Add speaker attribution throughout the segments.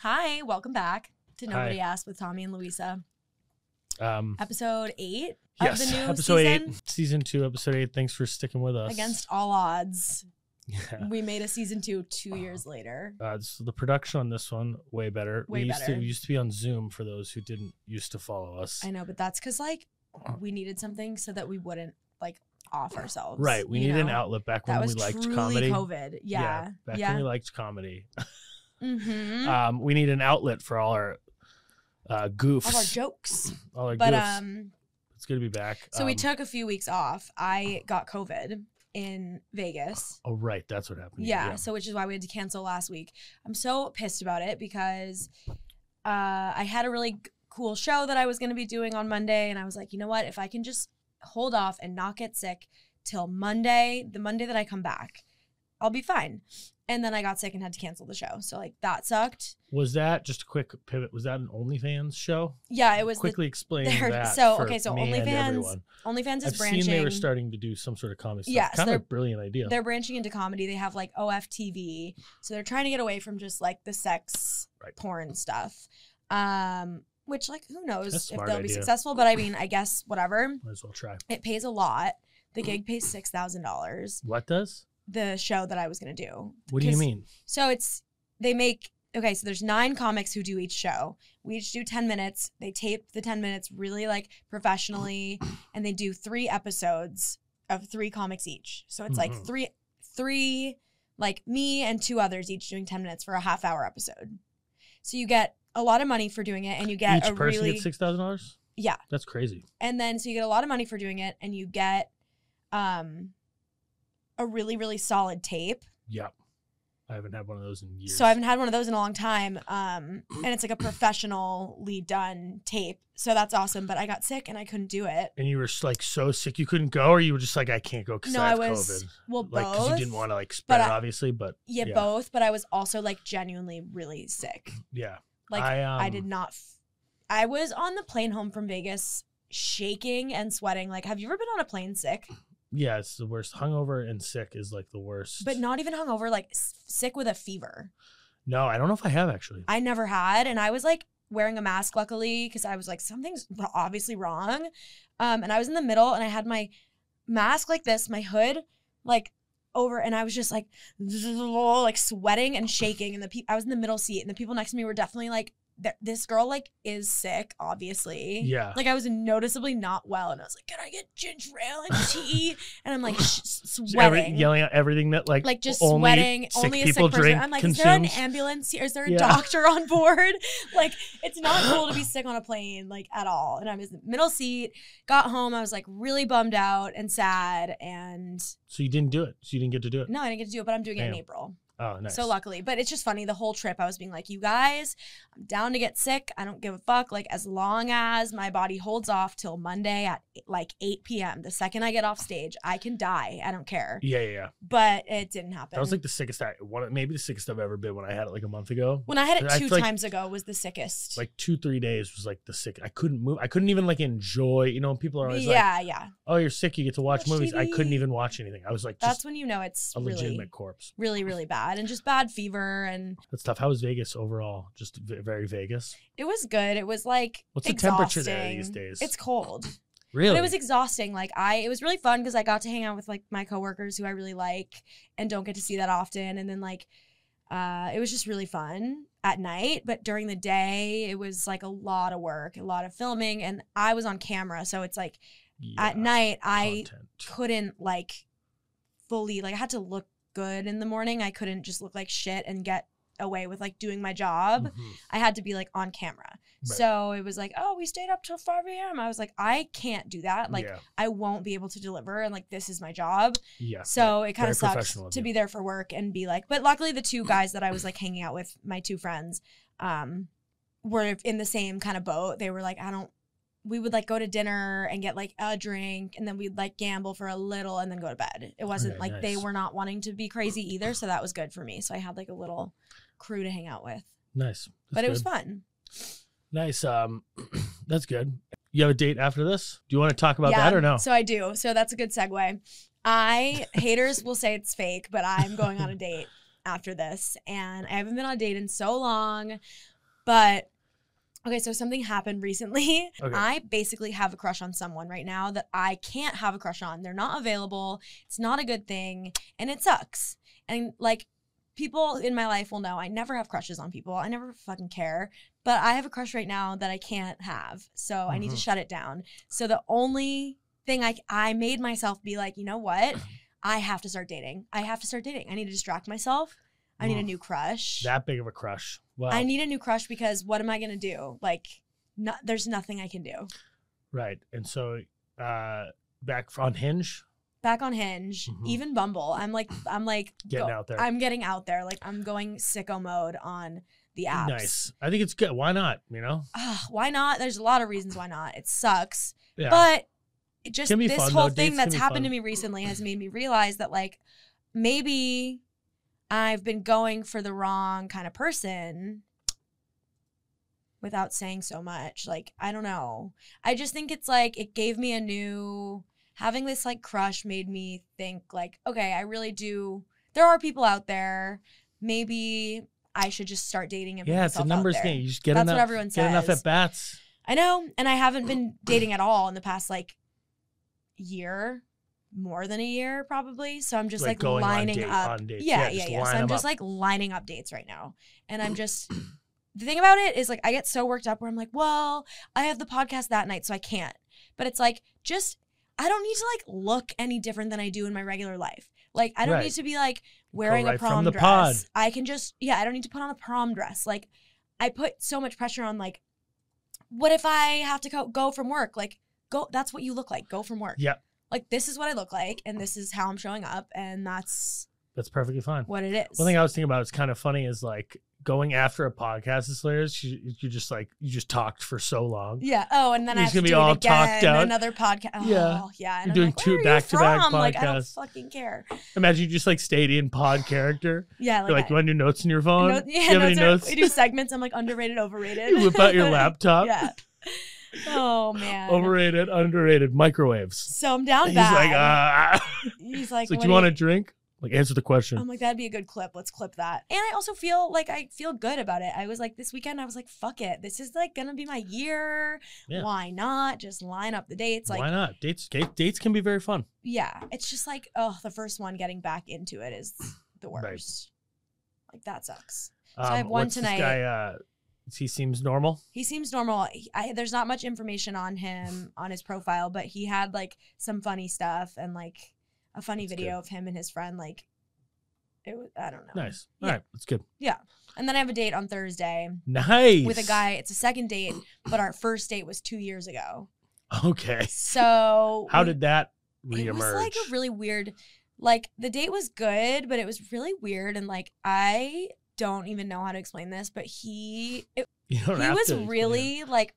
Speaker 1: Hi, welcome back to
Speaker 2: Hi.
Speaker 1: Nobody Asked with Tommy and Louisa.
Speaker 2: Um,
Speaker 1: Episode eight
Speaker 2: yes,
Speaker 1: of the new
Speaker 2: episode
Speaker 1: season.
Speaker 2: eight, season two, episode eight. Thanks for sticking with us.
Speaker 1: Against all odds,
Speaker 2: yeah.
Speaker 1: we made a season two two years later.
Speaker 2: Uh, so the production on this one way better.
Speaker 1: Way
Speaker 2: we used
Speaker 1: better.
Speaker 2: to we used to be on Zoom for those who didn't used to follow us.
Speaker 1: I know, but that's because like we needed something so that we wouldn't like off ourselves.
Speaker 2: Right, we
Speaker 1: you
Speaker 2: needed an
Speaker 1: know?
Speaker 2: outlet back
Speaker 1: That
Speaker 2: when
Speaker 1: was
Speaker 2: we liked
Speaker 1: truly
Speaker 2: comedy.
Speaker 1: COVID. Yeah,
Speaker 2: back
Speaker 1: yeah.
Speaker 2: when we liked comedy.
Speaker 1: mm-hmm.
Speaker 2: Um, we need an outlet for all our uh, goofs,
Speaker 1: all our jokes,
Speaker 2: all our
Speaker 1: but
Speaker 2: goofs.
Speaker 1: um.
Speaker 2: it's good to be back.
Speaker 1: So we
Speaker 2: Um,
Speaker 1: took a few weeks off. I got COVID in Vegas.
Speaker 2: Oh right, that's what happened.
Speaker 1: Yeah, So which is why we had to cancel last week. I'm so pissed about it because uh, I had a really g- cool show that I was going to be doing on Monday, and I was like, you know what? If I can just hold off and not get sick till Monday, the Monday that I come back, I'll be fine. And then I got sick and had to cancel the show. So like that sucked.
Speaker 2: Was that just a quick pivot? Was that an OnlyFans show?
Speaker 1: Yeah, it was the
Speaker 2: quickly explain
Speaker 1: they're-
Speaker 2: that.
Speaker 1: so,
Speaker 2: for
Speaker 1: okay, so
Speaker 2: me and
Speaker 1: OnlyFans
Speaker 2: everyone.
Speaker 1: OnlyFans is
Speaker 2: I've
Speaker 1: branching.
Speaker 2: seen they were starting to do some sort of comedy stuff.
Speaker 1: Yeah, so
Speaker 2: kind
Speaker 1: they're-
Speaker 2: of a brilliant idea.
Speaker 1: They're branching into comedy. They have like OFTV. So they're trying to get away from just like the sex
Speaker 2: Right.
Speaker 1: porn stuff. Um, which like who knows
Speaker 2: That's a
Speaker 1: if they'll
Speaker 2: smart
Speaker 1: be
Speaker 2: idea.
Speaker 1: successful, but I mean, I guess whatever.
Speaker 2: Might as well try.
Speaker 1: It pays a lot. The gig pays six thousand dollars.
Speaker 2: What does?
Speaker 1: The show that I was gonna do.
Speaker 2: What do you
Speaker 1: 'Cause-
Speaker 2: mean?
Speaker 1: So it's they make okay, so there's nine comics who do each show. We each do 10 minutes. They tape the 10 minutes really like professionally and they do three episodes of three comics each. So it's like
Speaker 2: Mhm.
Speaker 1: three three like me and two others each doing 10 minutes for a half hour episode. So you get a lot of money for doing it and you get a
Speaker 2: Each person
Speaker 1: really
Speaker 2: gets six thousand dollars.
Speaker 1: Yeah.
Speaker 2: that's crazy.
Speaker 1: and then so you get a lot of money for doing it and you get um a really really solid tape
Speaker 2: Yeah, I haven't had one of those in years.
Speaker 1: So I haven't had one of those in a long time. Um, and it's like a professionally done tape. So that's awesome. But I got sick and I couldn't do it.
Speaker 2: And you were s- like so sick you couldn't go, or you were just like, I can't go because
Speaker 1: No,
Speaker 2: I
Speaker 1: I
Speaker 2: have
Speaker 1: was
Speaker 2: COVID.
Speaker 1: well
Speaker 2: Like,
Speaker 1: both.
Speaker 2: you didn't want to like spread it,
Speaker 1: I-
Speaker 2: obviously, but
Speaker 1: yeah,
Speaker 2: yeah.
Speaker 1: both. But I was also like genuinely really sick.
Speaker 2: yeah,
Speaker 1: Like I,
Speaker 2: I, um,
Speaker 1: did not. F- I was on the plane home from Vegas, shaking and sweating. Like, have you ever been on a plane sick?
Speaker 2: Yeah, it's the worst. Hungover and sick is like the worst.
Speaker 1: But not even hungover. Like s- sick with a fever.
Speaker 2: no, I don't know if I have actually.
Speaker 1: I never had. And I was like wearing a mask, luckily, because I was like, something's r- obviously wrong. Um, and I was in the middle and I had my mask like this, my hood like over, and I was just like, like sweating and shaking. And the pe- I was in the middle seat, and the people next to me were definitely like, "Th- this girl like is sick, obviously.
Speaker 2: yeah,
Speaker 1: Like I was noticisably not well, and I was like, "Can I get ginger ale and tea?" and I'm like sh-
Speaker 2: Just every-
Speaker 1: sweating,
Speaker 2: yelling out everything that like
Speaker 1: like just
Speaker 2: only
Speaker 1: sweating.
Speaker 2: sick
Speaker 1: only a sick
Speaker 2: people
Speaker 1: person.
Speaker 2: drink
Speaker 1: I'm like, is there an
Speaker 2: consumes.
Speaker 1: ambulance here? Is there a
Speaker 2: Yeah.
Speaker 1: doctor on board? like, it's not cool to be sick on a plane, like at all. And I'm in the middle seat. Got home, I was like really bummed out and sad. And
Speaker 2: so you didn't do it. So you didn't get to do it.
Speaker 1: no, I didn't get to do it, but I'm doing it in
Speaker 2: Damn.
Speaker 1: April.
Speaker 2: Oh, nice.
Speaker 1: So luckily, but it's just funny. The whole trip, I was being like, you guys, I'm down to get sick. I don't give a fuck. Like, as long as my body holds off till Monday at like 8 p.m., the second I get off stage, I can die. I don't care.
Speaker 2: Yeah, yeah, yeah.
Speaker 1: But it didn't happen.
Speaker 2: That was like the sickest I one maybe the sickest I've ever been when I had it like a month ago.
Speaker 1: When I had it
Speaker 2: I
Speaker 1: two
Speaker 2: feel like-
Speaker 1: times ago was the sickest.
Speaker 2: Like two, three days was like the sick. I couldn't move. I couldn't even like enjoy. You know, people are always like,
Speaker 1: yeah, yeah.
Speaker 2: "Oh, you're sick. You get to watch,
Speaker 1: Watch
Speaker 2: movies." I couldn't
Speaker 1: TV.
Speaker 2: even watch anything. I was like,
Speaker 1: That's
Speaker 2: just
Speaker 1: when you know it's
Speaker 2: a
Speaker 1: really,
Speaker 2: legitimate corpse.
Speaker 1: really, really bad and just bad fever. And
Speaker 2: That's tough. How was Vegas overall? Just v- very Vegas.
Speaker 1: it was good. It was like
Speaker 2: What's the temperature there these
Speaker 1: exhausting.
Speaker 2: days?
Speaker 1: It's cold.
Speaker 2: Really?
Speaker 1: But it was exhausting. Like I, it was really fun because I got to hang out with like my coworkers who I really like and don't get to see that often. And then like, uh, it was just really fun at night. But during the day, it was like a lot of work, a lot of filming, and I was on camera, so it's like at
Speaker 2: Yeah,
Speaker 1: night I
Speaker 2: content.
Speaker 1: couldn't like fully like I had to look good in the morning. I couldn't just look like shit and get away with like doing my job.
Speaker 2: Mhm.
Speaker 1: I had to be like on camera.
Speaker 2: Right.
Speaker 1: So it was like, oh, we stayed up till 5 a.m. I was like, I can't do that. Like
Speaker 2: yeah.
Speaker 1: I won't be able to deliver and like this is my job.
Speaker 2: yeah. right.
Speaker 1: So it kind
Speaker 2: Very
Speaker 1: of sucks
Speaker 2: professional of
Speaker 1: to
Speaker 2: you.
Speaker 1: be there for work and be like, but luckily the two guys that I was like hanging out with, my two friends, um, were in the same kind of boat. They were like, I don't, we would like go to dinner and get like a drink and then we'd like gamble for a little and then go to bed. It wasn't
Speaker 2: Okay,
Speaker 1: like they
Speaker 2: nice.
Speaker 1: were not wanting to be crazy either. So that was good for me. So I had like a little crew to hang out with,
Speaker 2: nice. That's
Speaker 1: but it was
Speaker 2: good.
Speaker 1: fun.
Speaker 2: Nice. Um, that's good. You have a date after this? Do you want to talk about that or no?
Speaker 1: um, So I do. So that's a good segue. I haters will say it's fake, but I'm going on a date after this, and I haven't been on a date in so long. But okay, so something happened recently.
Speaker 2: Okay.
Speaker 1: I basically have a crush on someone right now that I can't have a crush on. They're not available. It's not a good thing, and it sucks. And like people in my life will know I never have crushes on people. I never fucking care. But I have a crush right now that I can't have. So I need to
Speaker 2: Mhm.
Speaker 1: shut it down. So the only thing I I made myself be like, you know what? I have to start dating. I have to start dating. I need to distract myself. I need a
Speaker 2: Oof.
Speaker 1: new crush.
Speaker 2: That big of a crush. Wow.
Speaker 1: I need a new crush because what am I gonna do? Like, no, there's nothing I can do.
Speaker 2: right. And so uh back on Hinge,
Speaker 1: Back on Hinge,
Speaker 2: Mhm.
Speaker 1: even Bumble. I'm like, I'm like,
Speaker 2: getting
Speaker 1: go-
Speaker 2: out there.
Speaker 1: Oh, I'm getting out there. Like, I'm going sicko mode on the apps.
Speaker 2: Nice. I think it's good. Why not? You know?
Speaker 1: Ugh, Ah, why not? There's a lot of reasons why not. It sucks,
Speaker 2: Yeah.
Speaker 1: but it just
Speaker 2: Can be
Speaker 1: this
Speaker 2: fun,
Speaker 1: whole
Speaker 2: though.
Speaker 1: thing
Speaker 2: Dates
Speaker 1: that's
Speaker 2: can be
Speaker 1: happened to
Speaker 2: fun.
Speaker 1: me recently has made me realize that like maybe I've been going for the wrong kind of person without saying so much. Like I don't know. I just think it's like it gave me a new having this like crush made me think like okay, I really do. There are people out there. Maybe I should just start dating and put
Speaker 2: yeah, it's a
Speaker 1: myself out
Speaker 2: numbers
Speaker 1: there.
Speaker 2: game. You just get
Speaker 1: That's
Speaker 2: enough
Speaker 1: what everyone
Speaker 2: get enough
Speaker 1: says.
Speaker 2: at bats.
Speaker 1: I know, and I haven't been dating at all in the past like year, more than a year probably. So I'm just
Speaker 2: Like
Speaker 1: like,
Speaker 2: going on
Speaker 1: lining
Speaker 2: date-
Speaker 1: up.
Speaker 2: on dates.
Speaker 1: Yeah,
Speaker 2: Yeah,
Speaker 1: yeah,
Speaker 2: just
Speaker 1: yeah.
Speaker 2: line
Speaker 1: So I'm
Speaker 2: 'em
Speaker 1: just
Speaker 2: up.
Speaker 1: like lining up dates right now. And I'm just the thing about it is like I get so worked up where I'm like, well, I have the podcast that night, so I can't. But it's like just I don't need to like look any different than I do in my regular life. Like I don't
Speaker 2: Right.
Speaker 1: need to be like wearing a
Speaker 2: right from
Speaker 1: prom
Speaker 2: the
Speaker 1: dress.
Speaker 2: pod.
Speaker 1: I can just yeah, I don't need to put on a prom dress. Like I put so much pressure on like what if I have to go, go from work? Like go that's what you look like. Go from work.
Speaker 2: Yeah.
Speaker 1: Like this is what I look like and this is how I'm showing up and that's
Speaker 2: That's perfectly fine.
Speaker 1: what it is.
Speaker 2: One thing I was thinking about it's kind of funny is like going after a podcast is hilarious. You, you just like you just talked for so long.
Speaker 1: yeah. Oh, and then I
Speaker 2: He's
Speaker 1: have to
Speaker 2: gonna be
Speaker 1: do
Speaker 2: all
Speaker 1: it again.
Speaker 2: talked out.
Speaker 1: Another podcast. Oh, yeah,
Speaker 2: Yeah.
Speaker 1: yeah.
Speaker 2: You're
Speaker 1: And I'm
Speaker 2: doing
Speaker 1: like,
Speaker 2: two
Speaker 1: "Where are you
Speaker 2: back-to-back
Speaker 1: from?" Like I don't
Speaker 2: podcasts.
Speaker 1: fucking care.
Speaker 2: Imagine you just like stayed in pod character.
Speaker 1: Yeah,
Speaker 2: You're like,
Speaker 1: I-
Speaker 2: you want to do notes in your phone?
Speaker 1: note-
Speaker 2: you
Speaker 1: yeah,
Speaker 2: have
Speaker 1: notes
Speaker 2: any
Speaker 1: are-
Speaker 2: notes?
Speaker 1: we do segments. I'm like underrated, overrated.
Speaker 2: you whip out your laptop.
Speaker 1: yeah. Oh man.
Speaker 2: Overrated, underrated, microwaves.
Speaker 1: so I'm down
Speaker 2: He's like,
Speaker 1: bad.
Speaker 2: ah.
Speaker 1: He's like,
Speaker 2: It's like,
Speaker 1: "What
Speaker 2: do you want a drink? Like, answer the question.
Speaker 1: I'm like, that'd be a good clip. Let's clip that. And I also feel like I feel good about it. I was like, this weekend, I was like, fuck it. This is like gonna be my year.
Speaker 2: Yeah.
Speaker 1: Why not? Just line up the dates. Like,
Speaker 2: Why not? Dates, date, dates can be very fun.
Speaker 1: yeah. It's just like, oh, the first one getting back into it is the
Speaker 2: Right.
Speaker 1: worst. Like that sucks.
Speaker 2: Um,
Speaker 1: I have one
Speaker 2: what's
Speaker 1: tonight.
Speaker 2: This guy, uh, he seems normal.
Speaker 1: He seems normal. He- I, there's not much information on him on his profile, but he had like some funny stuff and like a funny
Speaker 2: That's
Speaker 1: video of him and his friend. Like, it was, I don't know.
Speaker 2: Nice.
Speaker 1: Yeah.
Speaker 2: All right, that's good.
Speaker 1: And then I have a date on Thursday.
Speaker 2: Nice.
Speaker 1: with a guy. It's a second date, but our first date was two years ago.
Speaker 2: Okay.
Speaker 1: So
Speaker 2: How
Speaker 1: we-
Speaker 2: did that reemerge?
Speaker 1: it was like a really weird, like the date was good, but it was really weird, and like I don't even know how to explain this, but he it,
Speaker 2: you
Speaker 1: he
Speaker 2: don't have
Speaker 1: was
Speaker 2: to, you know.
Speaker 1: really like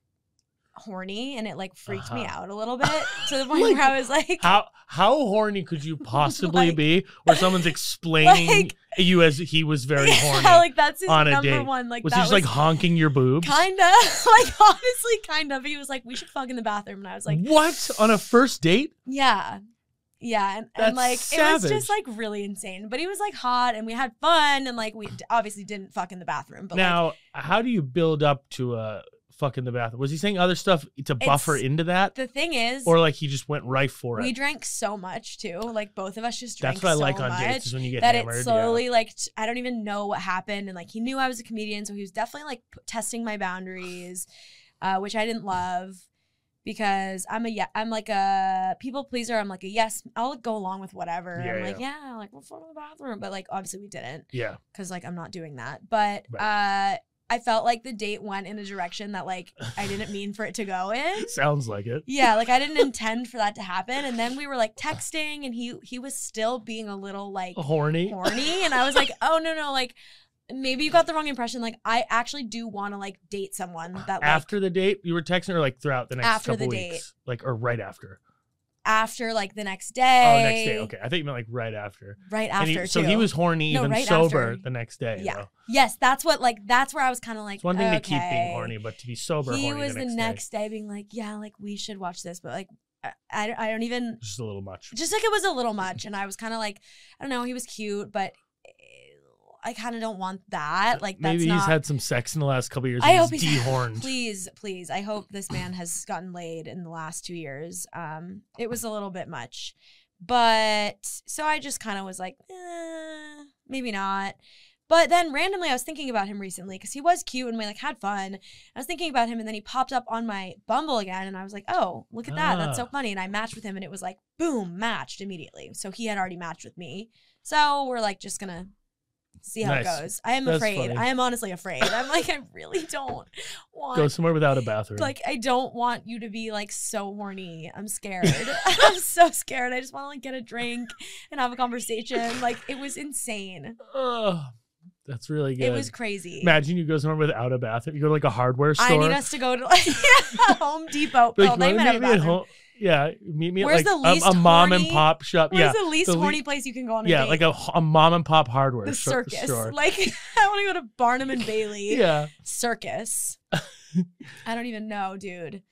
Speaker 1: horny, and it like freaked me
Speaker 2: Uh-huh.
Speaker 1: out a little bit to the point
Speaker 2: Like,
Speaker 1: where I was like,
Speaker 2: How how horny could you possibly
Speaker 1: Like-
Speaker 2: be where someone's explaining
Speaker 1: Like-
Speaker 2: you as he was very
Speaker 1: Yeah,
Speaker 2: horny?
Speaker 1: like that's his
Speaker 2: on a
Speaker 1: number
Speaker 2: date.
Speaker 1: one. Like
Speaker 2: was
Speaker 1: that
Speaker 2: he just like honking your boobs?
Speaker 1: Kinda, like honestly, kind of. He was like, "We should fuck in the bathroom," and I was like,
Speaker 2: what on a first date?
Speaker 1: Yeah. Yeah. And, and
Speaker 2: That's
Speaker 1: like, it was just
Speaker 2: savage.
Speaker 1: like really insane. But he was like hot and we had fun. And like, we d- obviously didn't fuck in the bathroom. But like,
Speaker 2: now, how do you build up to a fuck in the bathroom? Was he saying other stuff to buffer
Speaker 1: It's-
Speaker 2: into that,
Speaker 1: the thing is,
Speaker 2: or like he just went right for
Speaker 1: we
Speaker 2: it?
Speaker 1: drank so much too. Like, both of us just drank
Speaker 2: That's what I
Speaker 1: so
Speaker 2: like on
Speaker 1: much.
Speaker 2: dates is when you get
Speaker 1: that
Speaker 2: hammered.
Speaker 1: it
Speaker 2: yeah.
Speaker 1: slowly like t- I don't even know what happened, and like he knew I was a comedian, so he was definitely like p- testing my boundaries, uh, which I didn't love because I'm a yeah I'm like a people pleaser. I'm like a yes, I'll go along with whatever.
Speaker 2: Yeah,
Speaker 1: I'm like yeah, like we'll fuck in the bathroom, but like obviously we didn't.
Speaker 2: Yeah.
Speaker 1: because like I'm not doing that. But uh, I felt like the date went in a direction that like I didn't mean for it to go in.
Speaker 2: Sounds like it.
Speaker 1: Yeah, like I didn't intend for that to happen. And then we were like texting, and he he was still being a little like
Speaker 2: Horny.
Speaker 1: horny, and I was like, oh no no, like maybe you got the wrong impression. Like I actually do want to like date someone that like after,
Speaker 2: after the date, you were texting or like throughout the next
Speaker 1: After the
Speaker 2: couple
Speaker 1: date.
Speaker 2: weeks, like or right after.
Speaker 1: like the next day.
Speaker 2: Oh, next day. Okay, I think you meant like right after.
Speaker 1: Right
Speaker 2: And
Speaker 1: after
Speaker 2: he- so
Speaker 1: too.
Speaker 2: he was horny
Speaker 1: No,
Speaker 2: even
Speaker 1: right
Speaker 2: sober
Speaker 1: after.
Speaker 2: the next day.
Speaker 1: Yeah.
Speaker 2: though.
Speaker 1: yes, that's what like that's where I was kind of like.
Speaker 2: it's one thing to keep
Speaker 1: okay.
Speaker 2: being horny, but to be sober
Speaker 1: he
Speaker 2: horny
Speaker 1: was
Speaker 2: the next,
Speaker 1: day. being like yeah like we should watch this but like I, I don't- I don't even
Speaker 2: day, just a little much.
Speaker 1: just like it was a little much and i was kind of like i don't know he was cute but eh, I kind of don't want that. Like that's
Speaker 2: Maybe
Speaker 1: not.
Speaker 2: he's had some sex in the last couple of years.
Speaker 1: I
Speaker 2: and
Speaker 1: hope
Speaker 2: he's
Speaker 1: he's
Speaker 2: dehorned.
Speaker 1: please, please. I hope this man has gotten laid in the last two years. Um, it was a little bit much, but so I just kind of was like, eh, maybe not. But then randomly, I was thinking about him recently because he was cute and we like had fun. I was thinking about him, and then he popped up on my Bumble again, and I was like, oh, look at that, that's so
Speaker 2: Ah.
Speaker 1: funny. And I matched with him, and it was like, boom, matched immediately. So he had already matched with me. So we're like just gonna see how
Speaker 2: Nice.
Speaker 1: it goes. I am
Speaker 2: That's
Speaker 1: afraid.
Speaker 2: funny.
Speaker 1: I am honestly afraid. I'm like, I really don't want
Speaker 2: Go somewhere without a bathroom.
Speaker 1: like I don't want you to be like so horny. I'm scared. I'm so scared. I just want to like get a drink and have a conversation. Like it was insane.
Speaker 2: Ugh, that's really good.
Speaker 1: It was crazy.
Speaker 2: Imagine you go somewhere without a bathroom. You go to like a hardware store.
Speaker 1: I need us to go to like Home Depot.
Speaker 2: Like,
Speaker 1: oh,
Speaker 2: you
Speaker 1: they
Speaker 2: wanna
Speaker 1: might have a
Speaker 2: meet me at
Speaker 1: bathroom.
Speaker 2: home. Yeah, meet me at
Speaker 1: Where's
Speaker 2: like
Speaker 1: the least
Speaker 2: a, a mom and
Speaker 1: horny-
Speaker 2: pop shop.
Speaker 1: Where's
Speaker 2: yeah,
Speaker 1: the least
Speaker 2: the le-
Speaker 1: horny place you can go on a
Speaker 2: yeah,
Speaker 1: date?
Speaker 2: like a, h- a mom and pop hardware
Speaker 1: the
Speaker 2: sto-
Speaker 1: circus.
Speaker 2: store.
Speaker 1: Like I want to go to Barnum and Bailey.
Speaker 2: yeah,
Speaker 1: circus. I don't even know, dude.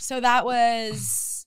Speaker 1: So that was,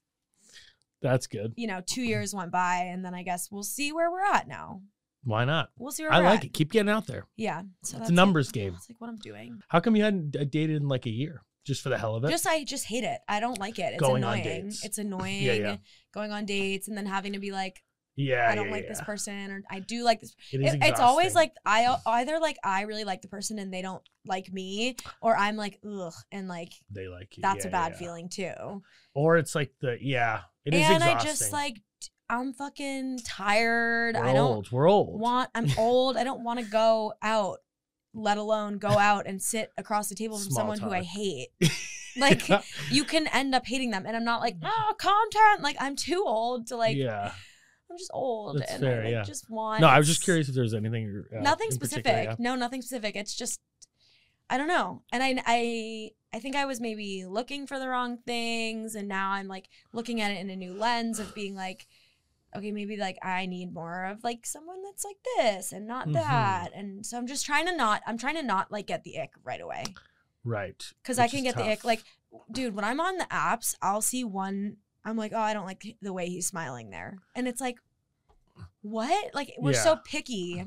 Speaker 2: that's good.
Speaker 1: you know, two years went by, and then I guess we'll see where we're at now.
Speaker 2: Why not?
Speaker 1: We'll see where
Speaker 2: I
Speaker 1: we're
Speaker 2: like
Speaker 1: at.
Speaker 2: it. Keep getting out there.
Speaker 1: Yeah. So
Speaker 2: It's a
Speaker 1: it.
Speaker 2: numbers game.
Speaker 1: That's oh, like what I'm doing.
Speaker 2: How come you hadn't d- dated in like a year just for the hell of it?
Speaker 1: Just I just hate it. I don't like it. It's
Speaker 2: Going on
Speaker 1: annoying.
Speaker 2: dates.
Speaker 1: It's annoying.
Speaker 2: yeah.
Speaker 1: Going on dates and then having to be like,
Speaker 2: yeah,
Speaker 1: I don't
Speaker 2: yeah,
Speaker 1: like
Speaker 2: yeah.
Speaker 1: this person or I do like this.
Speaker 2: It is
Speaker 1: It- it's always
Speaker 2: exhausting.
Speaker 1: like I either like I really like the person and they don't like me, or I'm like ugh and like
Speaker 2: they like you.
Speaker 1: that's
Speaker 2: Yeah,
Speaker 1: a bad
Speaker 2: yeah.
Speaker 1: feeling too.
Speaker 2: Or it's like the yeah, it is
Speaker 1: and I
Speaker 2: exhausting.
Speaker 1: just like t- I'm fucking tired.
Speaker 2: we're
Speaker 1: I don't
Speaker 2: old. We're old.
Speaker 1: want. I'm old. I don't want to go out, let alone go out and sit across the table from
Speaker 2: Small
Speaker 1: someone who I
Speaker 2: talk.
Speaker 1: hate. Like
Speaker 2: yeah. Mm.
Speaker 1: you can end up hating them, and I'm not like oh content. Like I'm too old to like.
Speaker 2: yeah.
Speaker 1: I'm just old,
Speaker 2: That's
Speaker 1: and
Speaker 2: fair,
Speaker 1: I like,
Speaker 2: yeah.
Speaker 1: just want.
Speaker 2: No, I was just
Speaker 1: it's
Speaker 2: curious if there was anything. Uh,
Speaker 1: Nothing
Speaker 2: in
Speaker 1: specific.
Speaker 2: particular, yeah.
Speaker 1: No, nothing specific. It's just I don't know, and I I. I think I was maybe looking for the wrong things and now I'm like looking at it in a new lens of being like okay, maybe like I need more of like someone that's like this and not
Speaker 2: Mhm.
Speaker 1: that. And so I'm just trying to not, I'm trying to not like get the ick right away
Speaker 2: Right.
Speaker 1: because I
Speaker 2: which
Speaker 1: can
Speaker 2: is
Speaker 1: get
Speaker 2: tough.
Speaker 1: the ick. Like, dude, when I'm on the apps, I'll see one, I'm like, oh, I don't like the way he's smiling there. And it's like, what? Like, we're so
Speaker 2: Yeah.
Speaker 1: picky.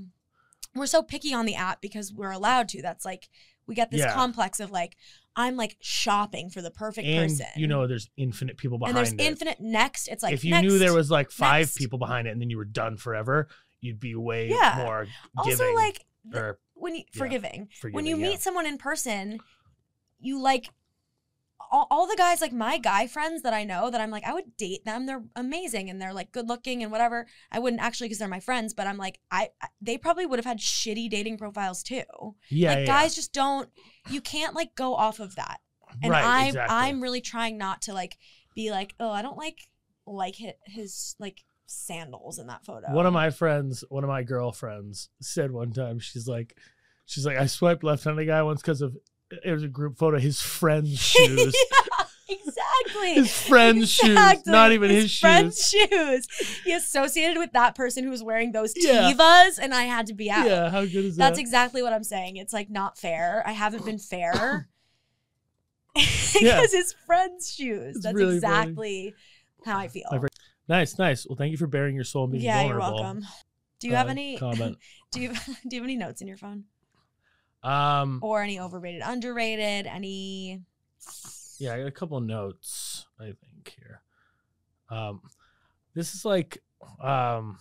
Speaker 1: We're so picky on the app because we're allowed to. That's like, we get this
Speaker 2: Yeah.
Speaker 1: complex of like, I'm like shopping for the perfect
Speaker 2: and
Speaker 1: person.
Speaker 2: you know, there's infinite people
Speaker 1: and
Speaker 2: behind
Speaker 1: there's
Speaker 2: it.
Speaker 1: infinite next. It's like,
Speaker 2: if you knew there
Speaker 1: next.
Speaker 2: was like five
Speaker 1: next.
Speaker 2: people behind it and then you were done forever, you'd be way
Speaker 1: Yeah.
Speaker 2: more
Speaker 1: also
Speaker 2: giving
Speaker 1: like, the-
Speaker 2: or
Speaker 1: when you,
Speaker 2: Yeah.
Speaker 1: forgiving.
Speaker 2: forgiving.
Speaker 1: when you
Speaker 2: yeah.
Speaker 1: meet someone in person, you like all, all the guys, like my guy friends that I know that I'm like, I would date them. They're amazing and they're like good looking and whatever. I wouldn't actually because they're my friends, but I'm like, I, I they probably would have had shitty dating profiles too.
Speaker 2: yeah,
Speaker 1: like
Speaker 2: yeah,
Speaker 1: guys just don't. You can't like go off of that.
Speaker 2: yeah.
Speaker 1: And
Speaker 2: right,
Speaker 1: I'm
Speaker 2: exactly.
Speaker 1: I'm really trying not to like be like, oh, I don't like like his, his like sandals in that photo.
Speaker 2: One of my friends, one of my girlfriends said one time, she's like, she's like, I swiped left on a guy once because of it was a group photo, his friend's shoes.
Speaker 1: Yeah, exactly.
Speaker 2: His friend's shoes,
Speaker 1: Exactly.
Speaker 2: not even his, shoes.
Speaker 1: friend's shoes. He associated with that person who was wearing those
Speaker 2: Yeah.
Speaker 1: tivas, and I had to be out.
Speaker 2: Yeah, how good is
Speaker 1: That's
Speaker 2: that?
Speaker 1: exactly what I'm saying. It's like not fair. I haven't been fair because
Speaker 2: Yeah.
Speaker 1: his friend's shoes.
Speaker 2: It's
Speaker 1: That's
Speaker 2: really funny.
Speaker 1: exactly how I feel.
Speaker 2: My friend- nice, nice. Well, thank you for bearing your soul and being
Speaker 1: Yeah,
Speaker 2: vulnerable.
Speaker 1: you're welcome. Do you have
Speaker 2: Uh,
Speaker 1: any?
Speaker 2: comment?
Speaker 1: Do you do you have any notes in your phone
Speaker 2: Um,
Speaker 1: or any overrated, underrated, any?
Speaker 2: Yeah, I got a couple notes, I think, here. Um this is like um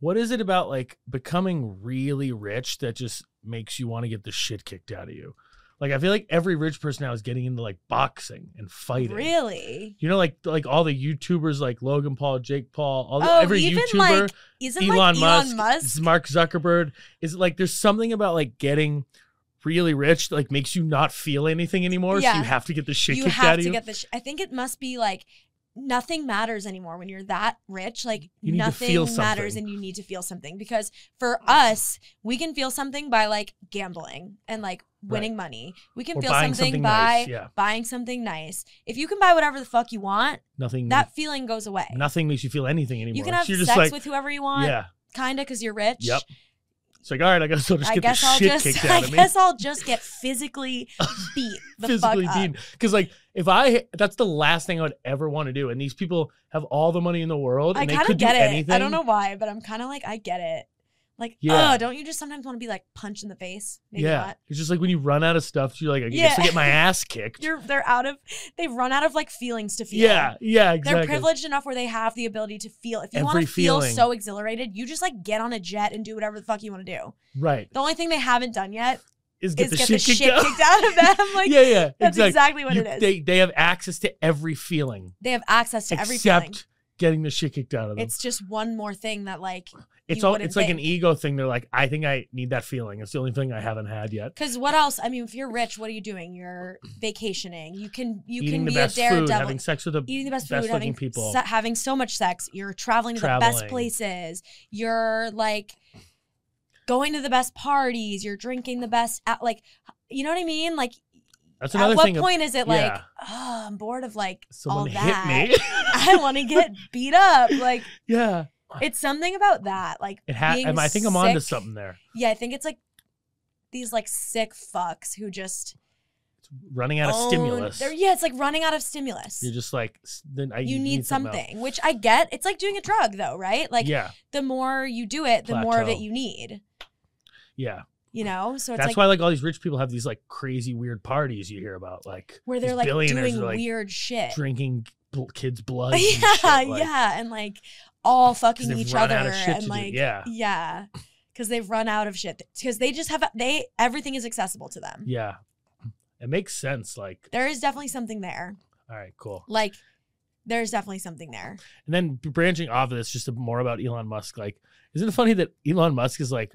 Speaker 2: what is it about like becoming really rich that just makes you want to get the shit kicked out of you? Like I feel like every rich person now is getting into like boxing and fighting.
Speaker 1: Really?
Speaker 2: You know, like like all the YouTubers like Logan Paul, Jake Paul, all the,
Speaker 1: Oh,
Speaker 2: every
Speaker 1: even,
Speaker 2: YouTuber,
Speaker 1: like, Isn't
Speaker 2: Elon,
Speaker 1: like
Speaker 2: Musk,
Speaker 1: Elon Musk?
Speaker 2: Mark Zuckerberg. Is it like there's something about like getting really rich that like makes you not feel anything anymore? So
Speaker 1: Yeah.
Speaker 2: you have to get the shit
Speaker 1: you
Speaker 2: kicked
Speaker 1: have
Speaker 2: out
Speaker 1: to
Speaker 2: of you.
Speaker 1: get the. Sh- I think it must be like nothing matters anymore when you're that rich. Like
Speaker 2: You need to
Speaker 1: nothing
Speaker 2: feel
Speaker 1: matters,
Speaker 2: something.
Speaker 1: and you need to feel something because for us, we can feel something by like gambling and like winning money. We can
Speaker 2: Or
Speaker 1: feel
Speaker 2: buying
Speaker 1: something,
Speaker 2: something
Speaker 1: by
Speaker 2: nice. Yeah.
Speaker 1: buying something nice. If you can buy whatever the fuck you want,
Speaker 2: Nothing
Speaker 1: that feeling goes away.
Speaker 2: nothing makes you feel anything Mm. anymore.
Speaker 1: You can have
Speaker 2: so you're
Speaker 1: sex
Speaker 2: just like
Speaker 1: with whoever you want,
Speaker 2: Yeah.
Speaker 1: kinda, because you're rich.
Speaker 2: Yep. It's like, all right, I guess I'll just
Speaker 1: I
Speaker 2: get the
Speaker 1: guess I'll
Speaker 2: shit
Speaker 1: just.
Speaker 2: kicked
Speaker 1: I
Speaker 2: out of me.
Speaker 1: guess I'll just get physically beat the
Speaker 2: Physically
Speaker 1: fuck up.
Speaker 2: beaten. Because like if I that's the last thing I would ever want to do. And these people have all the money in the world
Speaker 1: I
Speaker 2: and they
Speaker 1: kind of
Speaker 2: could
Speaker 1: get
Speaker 2: do
Speaker 1: it.
Speaker 2: anything.
Speaker 1: I don't know why, but I'm kind of like I get it. Like,
Speaker 2: Yeah.
Speaker 1: oh, don't you just sometimes want to be like punched in the face? Maybe
Speaker 2: yeah,
Speaker 1: not.
Speaker 2: it's just like when you run out of stuff, you're like, I guess I
Speaker 1: Yeah.
Speaker 2: get my ass kicked.
Speaker 1: You're they're out of they've run out of like feelings to feel.
Speaker 2: yeah, yeah, exactly.
Speaker 1: They're privileged enough where they have the ability to feel. If you want
Speaker 2: Every
Speaker 1: to feel
Speaker 2: feeling.
Speaker 1: so exhilarated, you just like get on a jet and do whatever the fuck you want to do.
Speaker 2: Right,
Speaker 1: The only thing they haven't done yet
Speaker 2: is get
Speaker 1: is
Speaker 2: the
Speaker 1: get
Speaker 2: shit
Speaker 1: the
Speaker 2: kicked
Speaker 1: shit
Speaker 2: out.
Speaker 1: kicked out of them. Like
Speaker 2: yeah, yeah,
Speaker 1: that's
Speaker 2: exactly.
Speaker 1: exactly what
Speaker 2: You-
Speaker 1: it is. They,
Speaker 2: They they have access to every feeling
Speaker 1: have access to every feeling.
Speaker 2: except getting the shit kicked out of them.
Speaker 1: It's just one more thing that like
Speaker 2: It's
Speaker 1: you
Speaker 2: all
Speaker 1: wouldn't
Speaker 2: it's like an
Speaker 1: think.
Speaker 2: ego thing. They're like, I think I need that feeling. It's the only thing I haven't had yet.
Speaker 1: Because what else? I mean, if you're rich, what are you doing? You're vacationing. You can you
Speaker 2: Eating
Speaker 1: can
Speaker 2: the
Speaker 1: be a
Speaker 2: best
Speaker 1: daredevil.
Speaker 2: food, having sex with the
Speaker 1: eating the best, food,
Speaker 2: looking
Speaker 1: having
Speaker 2: people.
Speaker 1: se- having so much sex. You're traveling to the best
Speaker 2: Traveling.
Speaker 1: places. You're like going to the best parties. You're drinking the best. At, like, you know what I mean? Like,
Speaker 2: That's
Speaker 1: at
Speaker 2: another
Speaker 1: what
Speaker 2: thing. of-
Speaker 1: point is it like,
Speaker 2: yeah.
Speaker 1: oh, I'm bored of like
Speaker 2: someone
Speaker 1: all
Speaker 2: hit
Speaker 1: that?
Speaker 2: me.
Speaker 1: I want to get beat up. Like,
Speaker 2: yeah,
Speaker 1: it's something about that. Like,
Speaker 2: it ha-
Speaker 1: being
Speaker 2: am- I think I'm onto
Speaker 1: sick-
Speaker 2: something there.
Speaker 1: Yeah, I think it's like these like sick fucks who just
Speaker 2: Running out of
Speaker 1: own-
Speaker 2: stimulus.
Speaker 1: they're- Yeah, it's like running out of stimulus.
Speaker 2: You're just like s- then I
Speaker 1: you need,
Speaker 2: something.
Speaker 1: something,
Speaker 2: else.
Speaker 1: which I get. It's like doing a drug, though, right? Like
Speaker 2: yeah,
Speaker 1: the more you do it, the more of it
Speaker 2: Plateau.
Speaker 1: you need.
Speaker 2: yeah.
Speaker 1: You know, so it's
Speaker 2: That's
Speaker 1: like
Speaker 2: why like all these rich people have these like crazy weird parties you hear about, like
Speaker 1: where
Speaker 2: these
Speaker 1: they're like
Speaker 2: billionaires
Speaker 1: doing
Speaker 2: are, like,
Speaker 1: weird shit.
Speaker 2: drinking bl- kids' blood.
Speaker 1: yeah,
Speaker 2: and shit, like,
Speaker 1: yeah, and like all
Speaker 2: 'cause
Speaker 1: fucking
Speaker 2: they've
Speaker 1: each
Speaker 2: run
Speaker 1: other,
Speaker 2: out of shit to
Speaker 1: and
Speaker 2: do.
Speaker 1: like
Speaker 2: yeah,
Speaker 1: yeah, because they've run out of shit. Because they just have they everything is accessible to them.
Speaker 2: yeah. It makes sense. Like,
Speaker 1: There is definitely something there.
Speaker 2: all right, cool.
Speaker 1: Like there's definitely something there.
Speaker 2: And then b- branching off of this, just more about Elon Musk. Like, isn't it funny that Elon Musk is like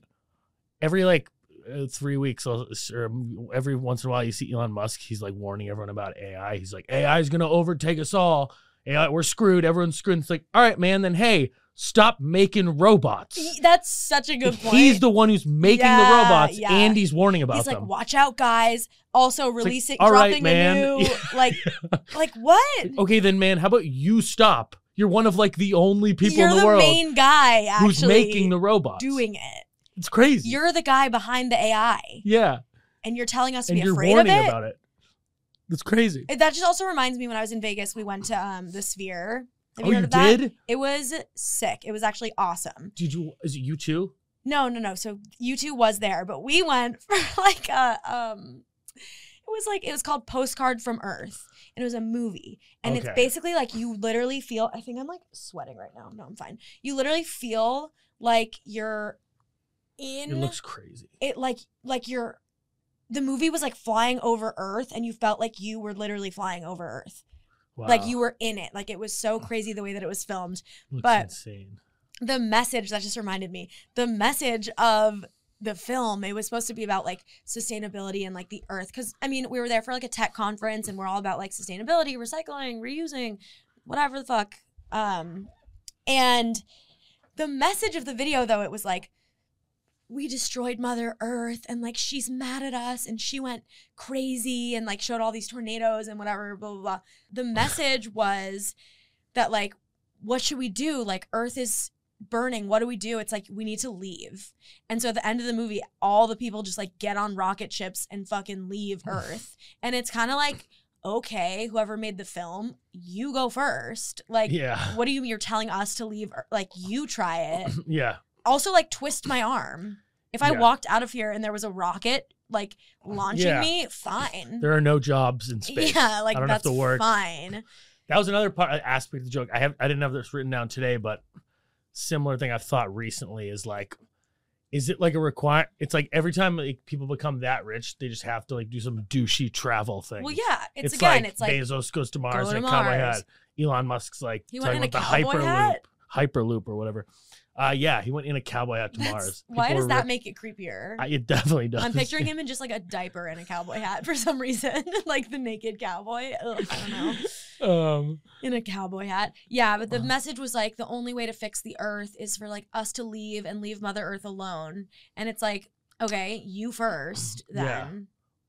Speaker 2: every like uh, three weeks or or um, every once in a while you see Elon Musk. He's like warning everyone about AI. He's like AI is gonna overtake us all. AI, we're screwed. Everyone's screwed. It's like, all right, man. Then hey, stop making robots.
Speaker 1: E- That's such a good point.
Speaker 2: He's the one who's making the
Speaker 1: Yeah,
Speaker 2: robots,
Speaker 1: yeah.
Speaker 2: and he's warning about
Speaker 1: He's like,
Speaker 2: them.
Speaker 1: watch out, guys. Also releasing,
Speaker 2: "All right,
Speaker 1: dropping
Speaker 2: man."
Speaker 1: a new, like, like what?
Speaker 2: okay, then, man, how about you stop? You're one of like the only people
Speaker 1: You're
Speaker 2: in the, world
Speaker 1: main guy actually
Speaker 2: who's making the robots.
Speaker 1: doing it.
Speaker 2: it's crazy.
Speaker 1: You're the guy behind the AI,
Speaker 2: yeah,
Speaker 1: and you're telling us to
Speaker 2: and
Speaker 1: be
Speaker 2: you're
Speaker 1: afraid of
Speaker 2: warning
Speaker 1: it.
Speaker 2: about it. It's crazy.
Speaker 1: That just also reminds me when I was in Vegas, we went to um the Sphere. Have
Speaker 2: oh,
Speaker 1: you heard
Speaker 2: you
Speaker 1: of that?
Speaker 2: did?
Speaker 1: It was sick. It was actually awesome.
Speaker 2: Did you? Is it you too?
Speaker 1: No, no, no. So you two was there, but we went for like a um it was like it was called Postcard from Earth. And it was a movie. And it's
Speaker 2: Okay.
Speaker 1: basically like you literally feel I think I'm like sweating right now. No, I'm fine. You literally feel like you're in
Speaker 2: It looks crazy.
Speaker 1: it like like you're the movie was like flying over Earth and you felt like you were literally flying over Earth.
Speaker 2: Wow.
Speaker 1: Like you were in it. Like it was so crazy the way that it was filmed
Speaker 2: looks
Speaker 1: but-
Speaker 2: insane.
Speaker 1: the message that just reminded me the message of the film it was supposed to be about like sustainability and like the earth because i mean we were there for like a tech conference and we're all about like sustainability recycling reusing whatever the fuck um and the message of the video though it was like we destroyed mother earth and like she's mad at us and she went crazy and like showed all these tornadoes and whatever blah blah blah the message was that like what should we do like earth is burning what do we do it's like we need to leave and so at the end of the movie all the people just like get on rocket ships and fucking leave earth and it's kind of like okay whoever made the film you go first like
Speaker 2: yeah,
Speaker 1: what do you mean you're telling us to leave Ear- like you try it
Speaker 2: yeah.
Speaker 1: also like twist my arm if i
Speaker 2: Yeah.
Speaker 1: walked out of here and there was a rocket like launching
Speaker 2: Yeah.
Speaker 1: me fine
Speaker 2: There are no jobs in space.
Speaker 1: yeah like
Speaker 2: I don't have
Speaker 1: that's
Speaker 2: to work.
Speaker 1: fine
Speaker 2: That was another part uh, aspect of the joke. I have I didn't have this written down today, but similar thing I've thought recently is like, is it like a require? It's like every time like people become that rich, they just have to like do some douchey travel thing.
Speaker 1: well yeah it's, again it's like
Speaker 2: Bezos goes to Mars
Speaker 1: go
Speaker 2: in a
Speaker 1: to
Speaker 2: cowboy
Speaker 1: Mars.
Speaker 2: hat. Elon Musk's like
Speaker 1: He went
Speaker 2: talking
Speaker 1: in
Speaker 2: about the
Speaker 1: a cowboy
Speaker 2: hyperloop,
Speaker 1: hat?
Speaker 2: hyperloop or whatever. Uh, yeah, he went in a cowboy hat to
Speaker 1: That's-
Speaker 2: Mars.
Speaker 1: Why
Speaker 2: People
Speaker 1: does
Speaker 2: were
Speaker 1: that
Speaker 2: re-
Speaker 1: make it creepier?
Speaker 2: I- it definitely does.
Speaker 1: I'm picturing him in just like a diaper and a cowboy hat for some reason, like the naked cowboy. Ugh, I don't know.
Speaker 2: Um,
Speaker 1: In a cowboy hat. Yeah, but the
Speaker 2: Wow.
Speaker 1: message was like the only way to fix the earth is for like us to leave and leave Mother Earth alone. And it's like, okay, you first then.
Speaker 2: Yeah.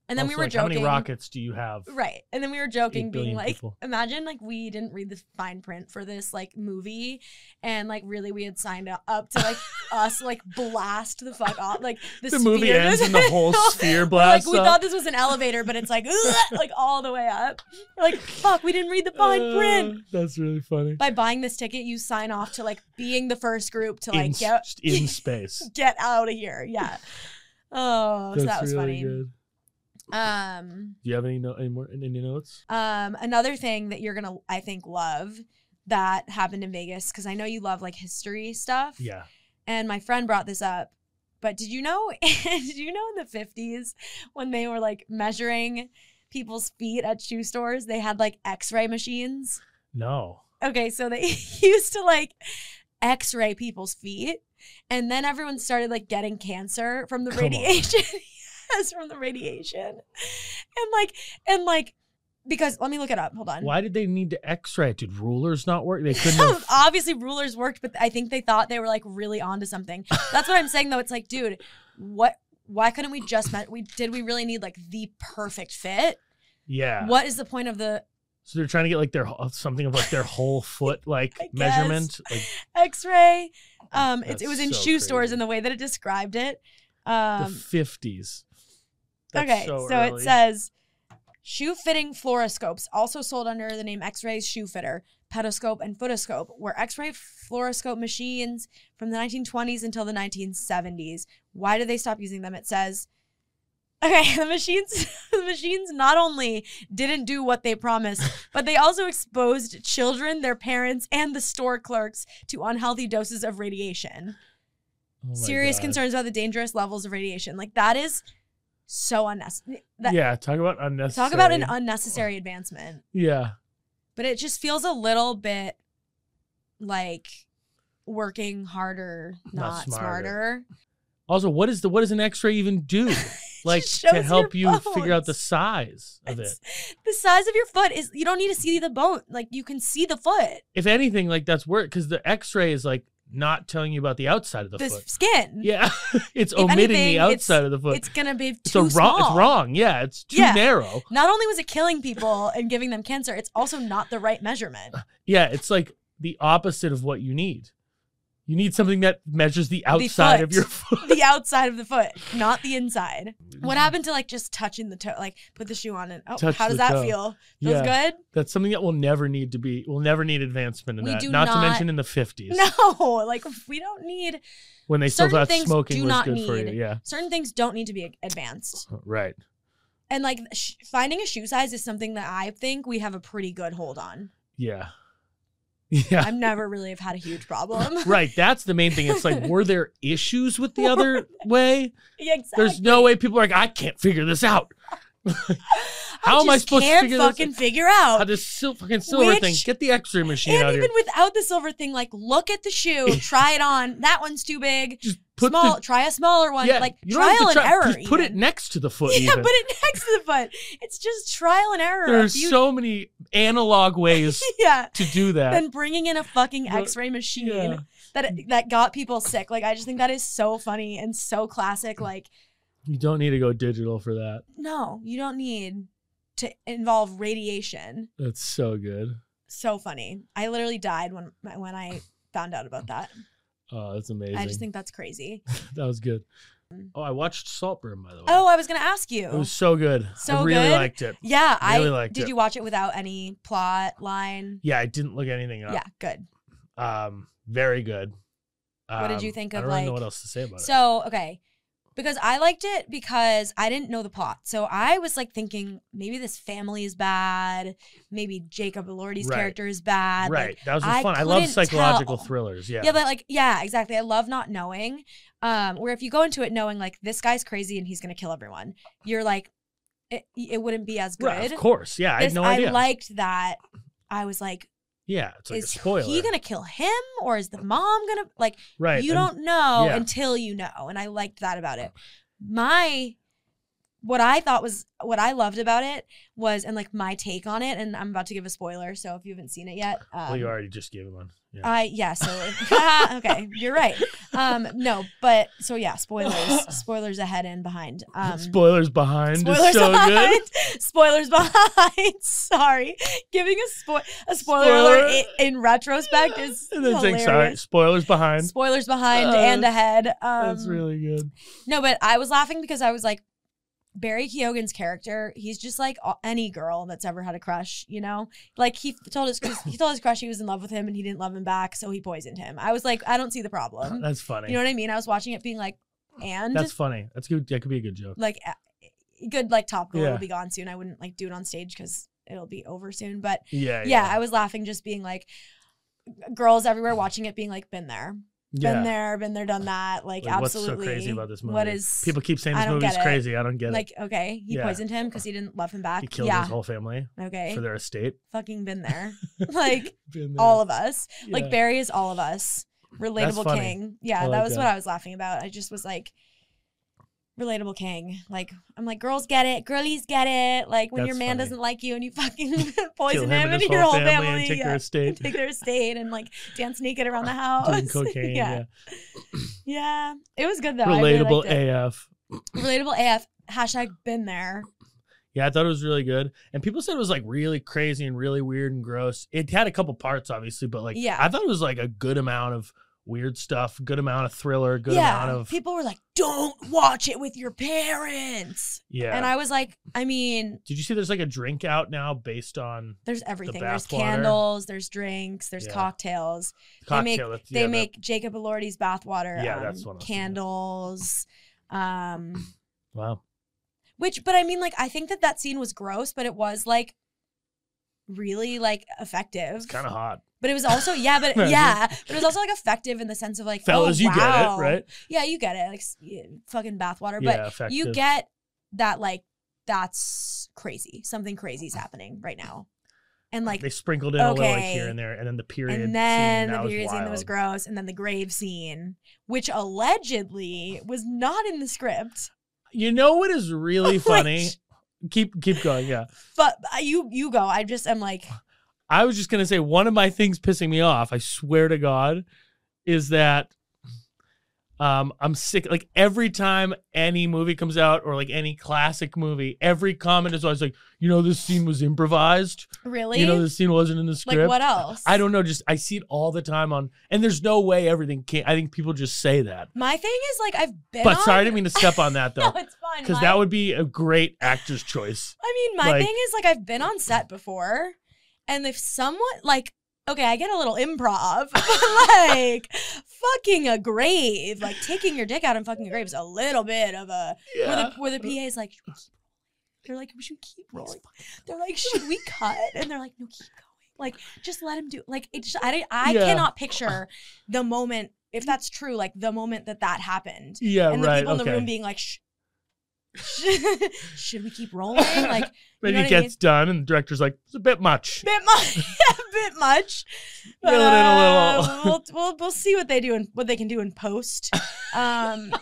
Speaker 1: And then we
Speaker 2: Also,
Speaker 1: were
Speaker 2: like, How
Speaker 1: joking.
Speaker 2: many rockets do you have?
Speaker 1: Right. And then we were joking, being
Speaker 2: billion
Speaker 1: like,
Speaker 2: people.
Speaker 1: imagine like we didn't read the fine print for this like movie and like really we had signed up- up to like us like blast the fuck off. Like the,
Speaker 2: The movie
Speaker 1: sphere-
Speaker 2: ends and the whole sphere blasts
Speaker 1: like we
Speaker 2: up.
Speaker 1: thought this was an elevator, but it's like like all the way up. Like fuck, we didn't read the fine print.
Speaker 2: Uh, that's really funny.
Speaker 1: By buying this ticket, you sign off to like being the first group to like
Speaker 2: in,
Speaker 1: get
Speaker 2: s- in space.
Speaker 1: get out of here. Yeah. Oh,
Speaker 2: That's
Speaker 1: so that was funny.
Speaker 2: really good.
Speaker 1: Um
Speaker 2: Do you have any no- any more any notes?
Speaker 1: Um, another thing that you're gonna, I think, love that happened in Vegas because I know you love like history stuff.
Speaker 2: Yeah.
Speaker 1: And my friend brought this up, but did you know? did you know in the '50s when they were like measuring people's feet at shoe stores, they had like X-ray machines.
Speaker 2: No.
Speaker 1: Okay, so they used to like X-ray people's feet, and then everyone started like getting cancer from the
Speaker 2: Come on.
Speaker 1: radiation. yes, from the radiation, and like and like because let me look it up. Hold on.
Speaker 2: Why did they need to X-ray? it? Did rulers not work? They couldn't. have-
Speaker 1: Obviously, rulers worked, but I think they thought they were like really onto something. That's what I'm saying though. It's like, dude, what? Why couldn't we just met? We did we really need like the perfect fit?
Speaker 2: yeah.
Speaker 1: What is the point of the
Speaker 2: So they're trying to get like their wh- something of like their whole foot like
Speaker 1: I guess.
Speaker 2: measurement. Like
Speaker 1: X-ray? Um, it's, it
Speaker 2: That's
Speaker 1: was in
Speaker 2: so
Speaker 1: shoe stores
Speaker 2: crazy.
Speaker 1: in the way that it described it.
Speaker 2: the
Speaker 1: Um,
Speaker 2: fifties.
Speaker 1: okay, so, it says shoe fitting fluoroscopes, also sold under the name X-ray shoe fitter, pedoscope, and footoscope, were X-ray fluoroscope machines from the 1920s until the 1970s. Why did they stop using them? It says. Okay, the machines the machines not only didn't do what they promised, but they also exposed children, their parents, and the store clerks to unhealthy doses of radiation
Speaker 2: Oh my
Speaker 1: serious
Speaker 2: God.
Speaker 1: concerns about the dangerous levels of radiation. Like that is so unnecessary. That,
Speaker 2: yeah, talk about unnecessary.
Speaker 1: Talk about an unnecessary advancement.
Speaker 2: yeah.
Speaker 1: But it just feels a little bit like working harder,
Speaker 2: Not
Speaker 1: not,
Speaker 2: smarter.
Speaker 1: smarter.
Speaker 2: Also, what is the what does an X-ray even do? Like to
Speaker 1: shows
Speaker 2: help you
Speaker 1: your
Speaker 2: figure out the
Speaker 1: bones.
Speaker 2: size of it.
Speaker 1: It's- The size of your foot is you don't need to see the bone. Like you can see the foot,
Speaker 2: If anything, like that's work because the X-ray is like not telling you about the outside of the
Speaker 1: the, s-
Speaker 2: foot.
Speaker 1: skin.
Speaker 2: Yeah, it's omitting
Speaker 1: anything,
Speaker 2: the
Speaker 1: it's-
Speaker 2: outside of the foot.
Speaker 1: It's gonna be too
Speaker 2: It's a wrong.
Speaker 1: small.
Speaker 2: It's wrong. Yeah, it's too
Speaker 1: Yeah.
Speaker 2: narrow.
Speaker 1: Not only was it killing people and giving them cancer, it's also not the right measurement.
Speaker 2: Yeah, it's like the opposite of what you need. You need something that measures the outside of
Speaker 1: foot.
Speaker 2: your foot.
Speaker 1: the outside of the foot, not the inside. What happened to like just touching the toe? Like put the shoe on and oh,
Speaker 2: Touch
Speaker 1: how
Speaker 2: the
Speaker 1: does that
Speaker 2: toe.
Speaker 1: feel? Feels
Speaker 2: Yeah,
Speaker 1: good?
Speaker 2: that's something that will never need to be. We'll never need advancement in
Speaker 1: We
Speaker 2: that.
Speaker 1: do
Speaker 2: Not, to
Speaker 1: not-
Speaker 2: mention in the fifties
Speaker 1: No, like we don't need
Speaker 2: when they still
Speaker 1: certain
Speaker 2: thought
Speaker 1: things
Speaker 2: smoking
Speaker 1: do
Speaker 2: was
Speaker 1: not
Speaker 2: good for you.
Speaker 1: need-
Speaker 2: Yeah,
Speaker 1: certain things don't need to be advanced.
Speaker 2: right.
Speaker 1: And like sh- finding a shoe size is something that I think we have a pretty good hold on.
Speaker 2: Yeah, yeah.
Speaker 1: I've never really have had a huge problem.
Speaker 2: Right, that's the main thing. It's like, were there issues with the other way?
Speaker 1: Yeah, exactly.
Speaker 2: There's no way people are like, I can't figure this out. How am I
Speaker 1: just
Speaker 2: supposed to
Speaker 1: can't
Speaker 2: figure this?
Speaker 1: fucking figure out?
Speaker 2: How this sil- fucking silver
Speaker 1: Uh, Which-
Speaker 2: thing? Get the X-ray machine
Speaker 1: and
Speaker 2: out
Speaker 1: even
Speaker 2: here.
Speaker 1: without the silver thing, like look at the shoe, try it on. That one's too big.
Speaker 2: Just put
Speaker 1: Small,
Speaker 2: the
Speaker 1: try a smaller one. like
Speaker 2: you don't have to
Speaker 1: trial and
Speaker 2: try-
Speaker 1: error.
Speaker 2: Just put it
Speaker 1: even.
Speaker 2: next to the foot.
Speaker 1: Yeah,
Speaker 2: even.
Speaker 1: put it next to the foot. It's just trial and error.
Speaker 2: There's
Speaker 1: If you-
Speaker 2: so many analog ways
Speaker 1: yeah.
Speaker 2: to do that.
Speaker 1: Than bringing in a fucking
Speaker 2: Well,
Speaker 1: X-ray machine
Speaker 2: yeah.
Speaker 1: that that got people sick. Like I just think that is so funny and so classic. Like
Speaker 2: you don't need to go digital for that.
Speaker 1: no, you don't need to involve radiation.
Speaker 2: That's so good.
Speaker 1: So funny. I literally died when when I found out about that.
Speaker 2: Oh, that's amazing.
Speaker 1: I just think that's crazy.
Speaker 2: that was good. Oh, I watched Saltburn by the way.
Speaker 1: Oh, I was gonna ask you.
Speaker 2: it was so good. I
Speaker 1: So
Speaker 2: really
Speaker 1: good?
Speaker 2: liked it.
Speaker 1: yeah, I
Speaker 2: really liked
Speaker 1: did.
Speaker 2: it.
Speaker 1: You watch it without any plot line.
Speaker 2: Yeah, I didn't look anything
Speaker 1: Yeah,
Speaker 2: up.
Speaker 1: good.
Speaker 2: Um, very good.
Speaker 1: What did you
Speaker 2: Um,
Speaker 1: think
Speaker 2: I
Speaker 1: of,
Speaker 2: don't really know
Speaker 1: like-
Speaker 2: what else to say about it.
Speaker 1: So, okay. Because I liked it because I didn't know the plot. So I was like thinking maybe this family is bad. Maybe Jacob Elordi's
Speaker 2: Right.
Speaker 1: character is bad. like-
Speaker 2: Right. that was really
Speaker 1: I
Speaker 2: fun. I love
Speaker 1: couldn't
Speaker 2: psychological
Speaker 1: tell.
Speaker 2: thrillers. Yeah.
Speaker 1: yeah. but like, yeah, exactly. I love not knowing. Um, where if you go into it knowing like this guy's crazy and he's gonna kill everyone, you're like, it, it wouldn't be as good.
Speaker 2: Right, of course. Yeah, I had
Speaker 1: This-
Speaker 2: no idea.
Speaker 1: liked that. I was like,
Speaker 2: yeah, it's like a
Speaker 1: is
Speaker 2: spoiler. Uh,
Speaker 1: he gonna kill him or is the mom gonna like
Speaker 2: right.
Speaker 1: you
Speaker 2: and-
Speaker 1: don't know
Speaker 2: yeah.
Speaker 1: until you know and i liked that about it my what I thought was what I loved about it was, and like my take on it, and I'm about to give a spoiler. So if you haven't seen it yet, um,
Speaker 2: well, you already just gave one. Yeah.
Speaker 1: I yeah, so okay, you're right. Um, no, but so yeah, spoilers, spoilers ahead and behind. Um,
Speaker 2: spoilers behind is so good.
Speaker 1: behind. Spoilers behind. Sorry, giving a spoil a spoiler,
Speaker 2: Spoiler.
Speaker 1: alert i- in retrospect is
Speaker 2: and then saying
Speaker 1: hilarious.
Speaker 2: sorry, spoilers behind.
Speaker 1: Spoilers behind
Speaker 2: Uh,
Speaker 1: and ahead. Um,
Speaker 2: That's really good.
Speaker 1: no, but I was laughing because I was like, Barry Keoghan's character, he's just like a- any girl that's ever had a crush, you know. Like he f- told his 'cause he told his crush he was in love with him and he didn't love him back, so he poisoned him. I was like, I don't see the problem.
Speaker 2: That's funny.
Speaker 1: You know what I mean? I was watching it, being like, and
Speaker 2: That's funny. That's good. That could be a good joke.
Speaker 1: like a- e, good like top girl
Speaker 2: Yeah.
Speaker 1: will be gone soon. I wouldn't like do it on stage because it'll be over soon. But
Speaker 2: Yeah.
Speaker 1: yeah, I was laughing just being like. Girls everywhere watching it, being like, "Been there,
Speaker 2: yeah.
Speaker 1: been there, been there, done that." Like,
Speaker 2: Like,
Speaker 1: absolutely.
Speaker 2: What's so crazy about this movie?
Speaker 1: What is
Speaker 2: people keep saying
Speaker 1: I
Speaker 2: this
Speaker 1: don't
Speaker 2: movie's
Speaker 1: get it.
Speaker 2: crazy. I don't get
Speaker 1: like okay, he
Speaker 2: Yeah.
Speaker 1: poisoned him because he didn't love him
Speaker 2: it.
Speaker 1: back.
Speaker 2: He killed
Speaker 1: yeah,
Speaker 2: his whole family
Speaker 1: okay,
Speaker 2: for their estate.
Speaker 1: fucking been there. like
Speaker 2: Been there.
Speaker 1: all of us,
Speaker 2: Yeah.
Speaker 1: like Barry is all of us. Relatable
Speaker 2: funny.
Speaker 1: king. Yeah,
Speaker 2: I
Speaker 1: that
Speaker 2: like
Speaker 1: was
Speaker 2: that.
Speaker 1: what I was laughing about. I just was like, relatable king. Like I'm like, girls get it, girlies get it. Like when your
Speaker 2: That's
Speaker 1: man
Speaker 2: funny.
Speaker 1: doesn't like you and you fucking
Speaker 2: Kill
Speaker 1: poison
Speaker 2: him
Speaker 1: him,
Speaker 2: and
Speaker 1: and,
Speaker 2: his
Speaker 1: your
Speaker 2: whole
Speaker 1: whole
Speaker 2: family,
Speaker 1: family,
Speaker 2: and take
Speaker 1: yeah.
Speaker 2: their estate.
Speaker 1: take their estate and like dance naked around the
Speaker 2: Doing
Speaker 1: house.
Speaker 2: cocaine.
Speaker 1: yeah.
Speaker 2: yeah.
Speaker 1: yeah, it was good though. I really
Speaker 2: Relatable
Speaker 1: liked it.
Speaker 2: AF.
Speaker 1: Relatable AF. Hashtag been there.
Speaker 2: Yeah, I thought it was really good. And people said it was like really crazy and really weird and gross. It had a couple parts, obviously, but like,
Speaker 1: Yeah.
Speaker 2: I thought it was like a good amount of weird stuff, good amount of thriller, good amount of.
Speaker 1: people were like, "Don't watch it with your parents,"
Speaker 2: yeah.
Speaker 1: and I was like, "I mean,
Speaker 2: Did you see there's like a drink out now based on
Speaker 1: there's everything. there's
Speaker 2: bath water.
Speaker 1: candles, there's drinks, there's
Speaker 2: Yeah.
Speaker 1: cocktails. They make-
Speaker 2: cocktail? that's-
Speaker 1: They
Speaker 2: yeah, that-
Speaker 1: make Jacob Elordi's bathwater
Speaker 2: Yeah,
Speaker 1: um,
Speaker 2: that's what I was thinking of.
Speaker 1: candles." Um,
Speaker 2: Wow.
Speaker 1: which, but I mean, like, I think that that scene was gross, but it was like really like effective.
Speaker 2: It's kind of hot.
Speaker 1: but it was also yeah, but
Speaker 2: Imagine.
Speaker 1: yeah, but it was also like effective in the sense of like,
Speaker 2: Fellas,
Speaker 1: oh,
Speaker 2: you
Speaker 1: wow.
Speaker 2: get it, right?
Speaker 1: Yeah, you get it. Like s- yeah, fucking bathwater, but
Speaker 2: yeah, effective.
Speaker 1: you get that like that's crazy. Something crazy's happening right now. And like
Speaker 2: they sprinkled in a little like here
Speaker 1: okay.
Speaker 2: and there, and then the period.
Speaker 1: and then
Speaker 2: scene, that
Speaker 1: the period
Speaker 2: was
Speaker 1: scene
Speaker 2: wild.
Speaker 1: that was gross, and then the grave scene, which allegedly was not in the script.
Speaker 2: You know what is really
Speaker 1: Which-
Speaker 2: funny? Keep keep going. Yeah,
Speaker 1: But uh, you you go. I just am like
Speaker 2: I was just gonna say one of my things pissing me off. I swear to God, is that um I'm sick. Like every time any movie comes out or like any classic movie, every comment is always like, you know, this scene was improvised.
Speaker 1: really
Speaker 2: You know, this scene wasn't in the script.
Speaker 1: like what else?
Speaker 2: I don't know. Just I see it all the time on, and there's no way everything can. I think people just say that.
Speaker 1: My thing is like I've been.
Speaker 2: But sorry, I
Speaker 1: on-
Speaker 2: didn't mean to step on that
Speaker 1: No,
Speaker 2: though,
Speaker 1: it's fine.
Speaker 2: because
Speaker 1: My-
Speaker 2: that would be a great actor's choice.
Speaker 1: I mean, my
Speaker 2: Like-
Speaker 1: thing is like I've been on set before, and if someone like, okay, I get a little improv, but like fucking a grave, like taking your dick out and fucking a grave is a little bit of a.
Speaker 2: Yeah.
Speaker 1: Where the, where the PA is like, "Should we keep rolling?" they're like, we should keep rolling. They're like, should we cut? And they're like, no, keep going. Like, just let him do. Like, it just, I didn't- I
Speaker 2: Yeah.
Speaker 1: cannot picture the moment if that's true, like the moment that that happened
Speaker 2: Yeah.
Speaker 1: and the
Speaker 2: right.
Speaker 1: people in the
Speaker 2: okay.
Speaker 1: room being like, Shh, sh- should we keep rolling? Like,
Speaker 2: Maybe
Speaker 1: know
Speaker 2: it
Speaker 1: what I
Speaker 2: gets done, and the director's like, "It's a bit much."
Speaker 1: bit much, a bit much. But,
Speaker 2: Reel it in a
Speaker 1: uh, we'll, we'll we'll see what they do and what they can do in post. Um,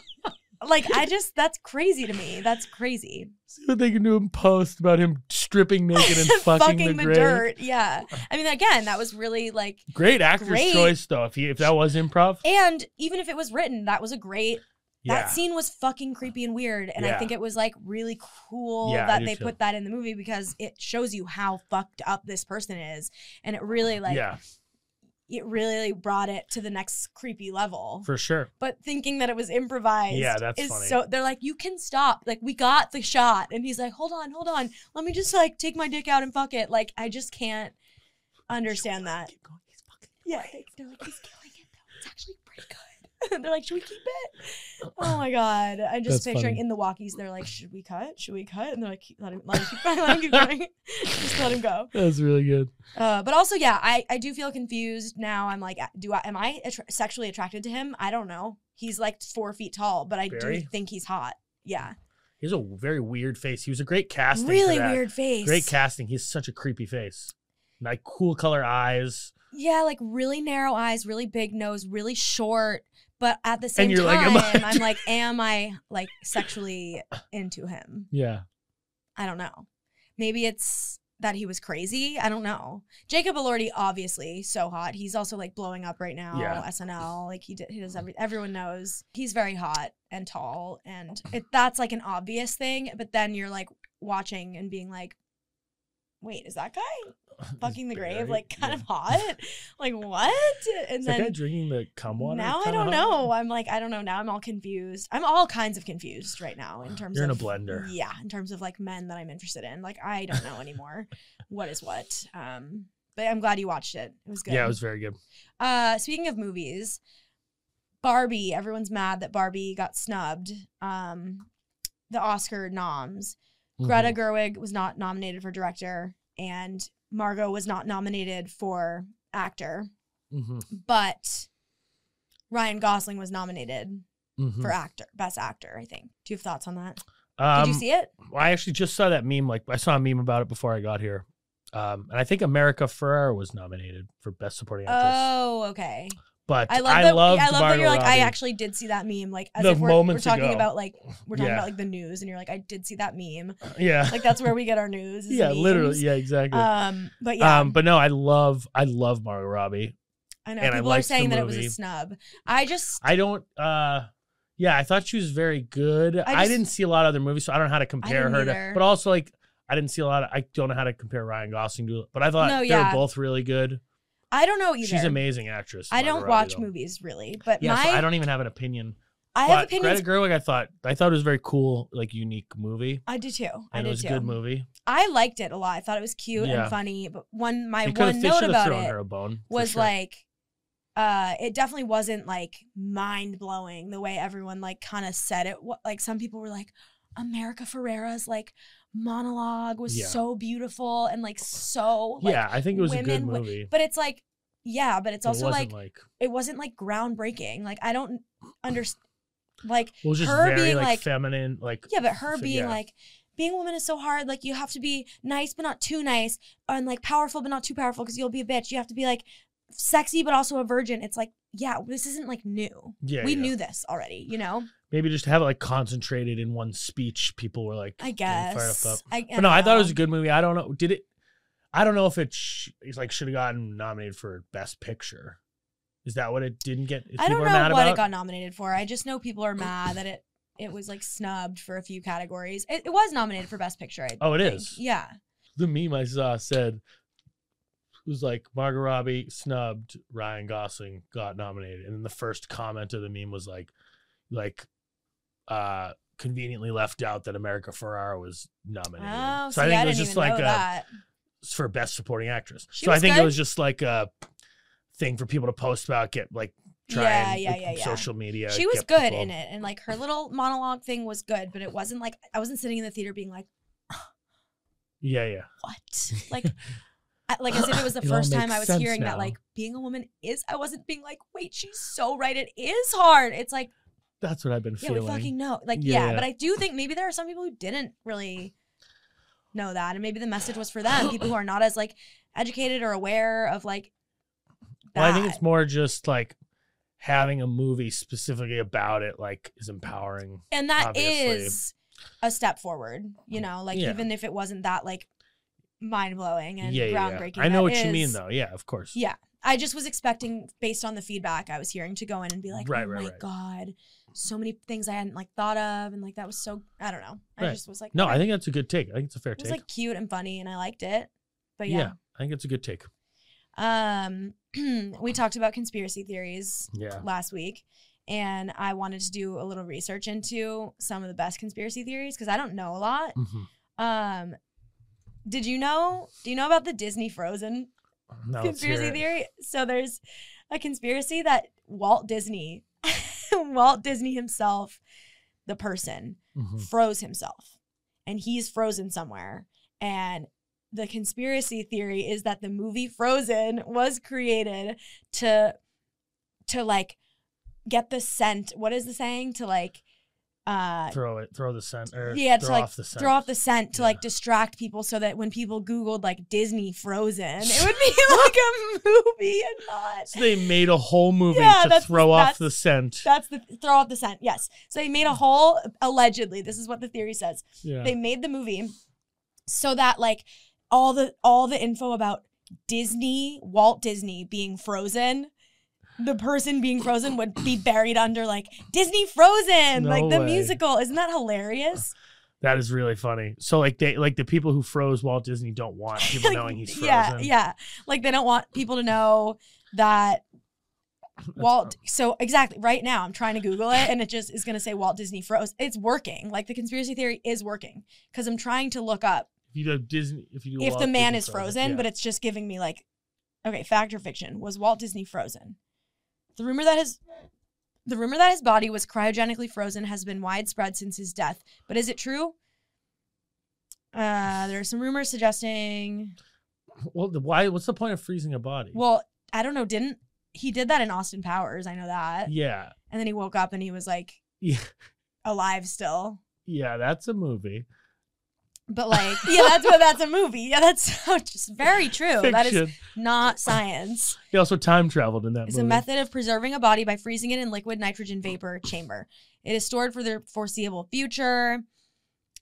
Speaker 1: like I just that's crazy to me. That's crazy.
Speaker 2: See what they can do in post about him stripping naked and fucking, the, grave.
Speaker 1: dirt. Yeah. I mean, again, that was really like,
Speaker 2: Great actor's
Speaker 1: Great.
Speaker 2: choice though. If he if that was improv,
Speaker 1: and even if it was written, that was a great.
Speaker 2: yeah,
Speaker 1: That scene was fucking creepy and weird, and
Speaker 2: Yeah.
Speaker 1: I think it was like really cool
Speaker 2: Yeah, I
Speaker 1: that
Speaker 2: do
Speaker 1: they
Speaker 2: too.
Speaker 1: put that in the movie because it shows you how fucked up this person is, and it really like
Speaker 2: yeah,
Speaker 1: it really brought it to the next creepy level.
Speaker 2: for sure.
Speaker 1: but thinking that it was improvised.
Speaker 2: Yeah, that's
Speaker 1: is
Speaker 2: funny.
Speaker 1: So they're like, you can stop. Like, we got the shot. And he's like, hold on, hold on. Let me just like take my dick out and fuck it. Like, I just can't understand that.
Speaker 2: Keep going. He's fucking-
Speaker 1: Yeah. They, they're like, he's killing it though. It's actually pretty good. they're like, should we keep it? Oh my God. I'm just
Speaker 2: That's
Speaker 1: picturing
Speaker 2: funny.
Speaker 1: in the walkies, they're like, should we cut? Should we cut? And they're like, "Keep- let him, let him keep going. Let him keep going. just let him go.
Speaker 2: That's really good.
Speaker 1: Uh, but also, yeah, I, I do feel confused now. I'm like, do I am I attra- sexually attracted to him? I don't know. He's like four feet tall, but I
Speaker 2: Barry?
Speaker 1: do think he's hot. Yeah,
Speaker 2: He has a very weird face. He was a great casting. for
Speaker 1: really
Speaker 2: that.
Speaker 1: weird face.
Speaker 2: Great casting. He's such a creepy face. Like cool color eyes.
Speaker 1: yeah, like really narrow eyes, really big nose, really short, But at the same
Speaker 2: you're like,
Speaker 1: time,
Speaker 2: am I
Speaker 1: I'm like, am I like sexually into him?
Speaker 2: Yeah.
Speaker 1: I don't know. Maybe it's that he was crazy. I don't know. Jacob Elordi, obviously, so hot. He's also like blowing up right now.
Speaker 2: Yeah.
Speaker 1: SNL, like he did, he does every. Everyone knows he's very hot and tall, and it, that's like an obvious thing. But then you're like watching and being like, wait, is that guy fucking the grave like kind of hot? Like what? And
Speaker 2: Is that guy
Speaker 1: then
Speaker 2: drinking the cum water?
Speaker 1: now I
Speaker 2: kinda
Speaker 1: don't
Speaker 2: hot?
Speaker 1: know. I'm like, I don't know. Now I'm all confused. I'm all kinds of confused right now in terms
Speaker 2: You're in a
Speaker 1: of
Speaker 2: blender.
Speaker 1: Yeah, in terms of like men that I'm interested in. Like I don't know anymore what is what. Um but I'm glad you watched it. It was good.
Speaker 2: Yeah, it was very good.
Speaker 1: uh speaking of movies, Barbie, everyone's mad that Barbie got snubbed. Um the Oscar noms. Greta
Speaker 2: Mhm.
Speaker 1: Gerwig was not nominated for director and Margot was not nominated for actor,
Speaker 2: Mhm.
Speaker 1: but Ryan Gosling was nominated
Speaker 2: Mhm.
Speaker 1: for actor, best actor, I think. Do you have thoughts on that?
Speaker 2: Um,
Speaker 1: Did you see it?
Speaker 2: Well, I actually just saw that meme. Like, I saw a meme about it before I got here. Um, and I think America Ferrera was nominated for Best Supporting Actress.
Speaker 1: Oh, okay.
Speaker 2: but
Speaker 1: I
Speaker 2: I,
Speaker 1: love that.
Speaker 2: loved
Speaker 1: I love that
Speaker 2: Margot
Speaker 1: you're like. I
Speaker 2: Robbie.
Speaker 1: actually did see that meme. Like as
Speaker 2: The
Speaker 1: if we're, we're
Speaker 2: moments
Speaker 1: talking
Speaker 2: ago.
Speaker 1: about like we're talking
Speaker 2: Yeah.
Speaker 1: about like the news, and you're like, I did see that meme.
Speaker 2: Yeah.
Speaker 1: Like that's where we get our news. is
Speaker 2: yeah, literally.
Speaker 1: memes.
Speaker 2: Yeah, exactly.
Speaker 1: Um, but yeah,
Speaker 2: Um, but no, I love I love Margot Robbie.
Speaker 1: I know
Speaker 2: and I
Speaker 1: people are
Speaker 2: liked the
Speaker 1: saying that it was a
Speaker 2: movie.
Speaker 1: snub. I just
Speaker 2: I don't uh yeah, I thought she was very good. I,
Speaker 1: just-
Speaker 2: didn't see a lot of other movies, so I don't know how to compare
Speaker 1: didn't
Speaker 2: her
Speaker 1: either.
Speaker 2: to but also like I didn't see a lot of I don't know how to compare Ryan Gosling to but I thought
Speaker 1: No,
Speaker 2: they
Speaker 1: yeah.
Speaker 2: were both really good.
Speaker 1: I don't know either.
Speaker 2: She's an amazing actress.
Speaker 1: I
Speaker 2: Margot
Speaker 1: don't
Speaker 2: Robbie,
Speaker 1: watch
Speaker 2: though.
Speaker 1: movies really, but
Speaker 2: Yeah,
Speaker 1: my
Speaker 2: so
Speaker 1: I,
Speaker 2: I don't even have an opinion.
Speaker 1: have
Speaker 2: But
Speaker 1: opinions.
Speaker 2: Greta Gerwig, I thought I thought it was a very cool, like unique movie.
Speaker 1: I do too. I
Speaker 2: And
Speaker 1: do
Speaker 2: it was
Speaker 1: too.
Speaker 2: a good movie.
Speaker 1: I liked it a lot. I thought it was cute and
Speaker 2: Yeah.
Speaker 1: funny. But one my
Speaker 2: they could
Speaker 1: one
Speaker 2: have
Speaker 1: note about
Speaker 2: thrown
Speaker 1: it
Speaker 2: her a bone. for
Speaker 1: was
Speaker 2: sure.
Speaker 1: like uh it definitely wasn't like mind blowing the way everyone like kind of said it Wha- like some people were like America Ferrera's like monologue was
Speaker 2: Yeah.
Speaker 1: so beautiful and like so like
Speaker 2: Yeah, I think it was a good
Speaker 1: women wi-
Speaker 2: movie.
Speaker 1: but it's like yeah but it's
Speaker 2: It
Speaker 1: also
Speaker 2: wasn't
Speaker 1: like, it wasn't like groundbreaking like I don't understand like
Speaker 2: Well, it was just
Speaker 1: her
Speaker 2: very
Speaker 1: being,
Speaker 2: like,
Speaker 1: like-
Speaker 2: feminine, like
Speaker 1: yeah, but her
Speaker 2: f-
Speaker 1: being
Speaker 2: yeah.
Speaker 1: like, being a woman is so hard. Like, you have to be nice, but not too nice, and like powerful, but not too powerful, because you'll be a bitch. You have to be like sexy, but also a virgin. It's like, yeah, this isn't like new.
Speaker 2: yeah,
Speaker 1: we
Speaker 2: yeah.
Speaker 1: knew this already, you know?
Speaker 2: maybe just have it like concentrated in one speech. People were like,
Speaker 1: I
Speaker 2: getting fired
Speaker 1: guess.
Speaker 2: up.
Speaker 1: I,
Speaker 2: But no, I thought it was a
Speaker 1: know.
Speaker 2: good movie. I don't know, did it? I don't know if it sh- it's like should have gotten nominated for best picture. Is that what it didn't get? if
Speaker 1: I
Speaker 2: people
Speaker 1: don't
Speaker 2: are
Speaker 1: know what
Speaker 2: mad
Speaker 1: it
Speaker 2: about?
Speaker 1: got nominated for. I just know people are mad that it it was like snubbed for a few categories. It, it was nominated for Best Picture. I
Speaker 2: Oh, it
Speaker 1: think.
Speaker 2: is.
Speaker 1: Yeah.
Speaker 2: The meme I saw said it was like Margot Robbie snubbed, Ryan Gosling got nominated, and then the first comment of the meme was like, like, uh, conveniently left out that America Ferrara was nominated.
Speaker 1: Oh, see,
Speaker 2: so I
Speaker 1: I,
Speaker 2: think it
Speaker 1: didn't
Speaker 2: was just
Speaker 1: even
Speaker 2: like
Speaker 1: know
Speaker 2: a.
Speaker 1: that.
Speaker 2: for best supporting actress.
Speaker 1: She
Speaker 2: so
Speaker 1: was
Speaker 2: I think
Speaker 1: good.
Speaker 2: it was just like a thing for people to post about, get like try
Speaker 1: Yeah,
Speaker 2: and,
Speaker 1: yeah,
Speaker 2: like,
Speaker 1: yeah, yeah.
Speaker 2: social media.
Speaker 1: she was
Speaker 2: get
Speaker 1: good
Speaker 2: people-
Speaker 1: in it and like her little monologue thing was good but it wasn't like i wasn't sitting in the theater being like
Speaker 2: Yeah, yeah.
Speaker 1: what like I, like as if it was the
Speaker 2: It all
Speaker 1: first time
Speaker 2: makes
Speaker 1: i was
Speaker 2: sense
Speaker 1: hearing that
Speaker 2: now.
Speaker 1: like being a woman is i wasn't being like wait she's so right it is hard it's like
Speaker 2: That's what I've been
Speaker 1: yeah
Speaker 2: feeling.
Speaker 1: we fucking know like yeah,
Speaker 2: Yeah.
Speaker 1: but i do think maybe there are some people who didn't really know that and maybe the message was for them people who are not as like educated or aware of like that.
Speaker 2: well, I think it's more just like having a movie specifically about it like is empowering.
Speaker 1: and that is
Speaker 2: obviously.
Speaker 1: a step forward you know like
Speaker 2: Yeah.
Speaker 1: even if it wasn't that like mind-blowing and
Speaker 2: yeah, yeah, yeah.
Speaker 1: groundbreaking
Speaker 2: I know
Speaker 1: that
Speaker 2: what you
Speaker 1: is.
Speaker 2: mean though. Yeah, of course.
Speaker 1: Yeah, i just was expecting based on the feedback i was hearing to go in and be like
Speaker 2: Right,
Speaker 1: oh
Speaker 2: right,
Speaker 1: my
Speaker 2: right.
Speaker 1: god so many things i hadn't like thought of and like that was so i don't know i
Speaker 2: Right.
Speaker 1: just was like
Speaker 2: No, I
Speaker 1: "Okay."
Speaker 2: think that's a good take. I think it's a fair
Speaker 1: it was
Speaker 2: take.
Speaker 1: like cute and funny and i liked it but
Speaker 2: yeah.
Speaker 1: yeah,
Speaker 2: I think it's a good take.
Speaker 1: um we talked about conspiracy theories
Speaker 2: Yeah.
Speaker 1: last week and i wanted to do a little research into some of the best conspiracy theories because i don't know a lot
Speaker 2: Mhm.
Speaker 1: Um, did you know? Do you know about the Disney Frozen
Speaker 2: Now Oh, let's hear
Speaker 1: conspiracy
Speaker 2: it.
Speaker 1: theory? So there's a conspiracy that Walt Disney, Walt Disney himself, the person,
Speaker 2: Mhm.
Speaker 1: froze himself, and he's frozen somewhere. And the conspiracy theory is that the movie Frozen was created to, to like, get the scent. What is the saying? To like uh,
Speaker 2: throw it, throw the scent, or
Speaker 1: Yeah, to,
Speaker 2: throw
Speaker 1: like,
Speaker 2: off the scent.
Speaker 1: throw off the scent to
Speaker 2: Yeah.
Speaker 1: like distract people so that when people Googled like Disney Frozen, it would be like a movie and not.
Speaker 2: So they made a whole movie
Speaker 1: Yeah,
Speaker 2: to
Speaker 1: that's-
Speaker 2: throw off
Speaker 1: that's-
Speaker 2: the scent.
Speaker 1: That's the throw off the scent. Yes. So they made a whole, allegedly, this is what the theory says.
Speaker 2: yeah.
Speaker 1: They made the movie so that like all the all the info about Disney, Walt Disney being frozen, the person being frozen would be buried under like Disney Frozen,
Speaker 2: No
Speaker 1: like the
Speaker 2: way.
Speaker 1: musical. Isn't that hilarious?
Speaker 2: that is really funny. So like they like the people who froze Walt Disney don't want people
Speaker 1: Like,
Speaker 2: knowing he's frozen.
Speaker 1: Yeah, yeah. Like they don't want people to know that
Speaker 2: That's
Speaker 1: Walt. So exactly right now, I'm trying to Google it, and it just is going to say Walt Disney froze. It's working. Like the conspiracy theory is working because I'm trying to look up
Speaker 2: If you do Disney, if you do
Speaker 1: if
Speaker 2: Walt
Speaker 1: the man
Speaker 2: Disney
Speaker 1: is frozen, but
Speaker 2: yeah.
Speaker 1: it's just giving me like, okay, fact or fiction? Was Walt Disney frozen? The rumor that his the rumor that his body was cryogenically frozen has been widespread since his death, but is it true? Uh, there are some rumors suggesting.
Speaker 2: well, the, why? What's the point of freezing a body?
Speaker 1: Well, I don't know. Didn't he did that in Austin Powers? I know that.
Speaker 2: yeah,
Speaker 1: And then he woke up and he was like
Speaker 2: yeah,
Speaker 1: alive still.
Speaker 2: yeah. That's a movie.
Speaker 1: But like, yeah, that's what that's a movie. Yeah, that's so just very true. Oh, That is
Speaker 2: Fiction.
Speaker 1: not science.
Speaker 2: He also time traveled in that
Speaker 1: It's
Speaker 2: movie.
Speaker 1: a method of preserving a body by freezing it in liquid nitrogen vapor chamber. It is stored for the foreseeable future.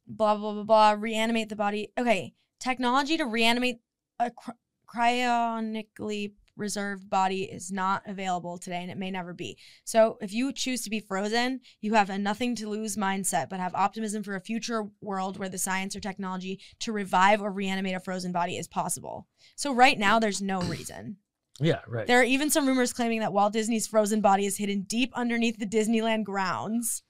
Speaker 1: Blah blah blah blah. Reanimate the body. Okay, technology to reanimate a cr- cryonically reserved body is not available today, and it may never be. So, if you choose to be frozen, you have a nothing to lose mindset, but have optimism for a future world where the science or technology to revive or reanimate a frozen body is possible. So, right now, there's no reason.
Speaker 2: yeah, right.
Speaker 1: There are even some rumors claiming that Walt Disney's frozen body is hidden deep underneath the Disneyland grounds.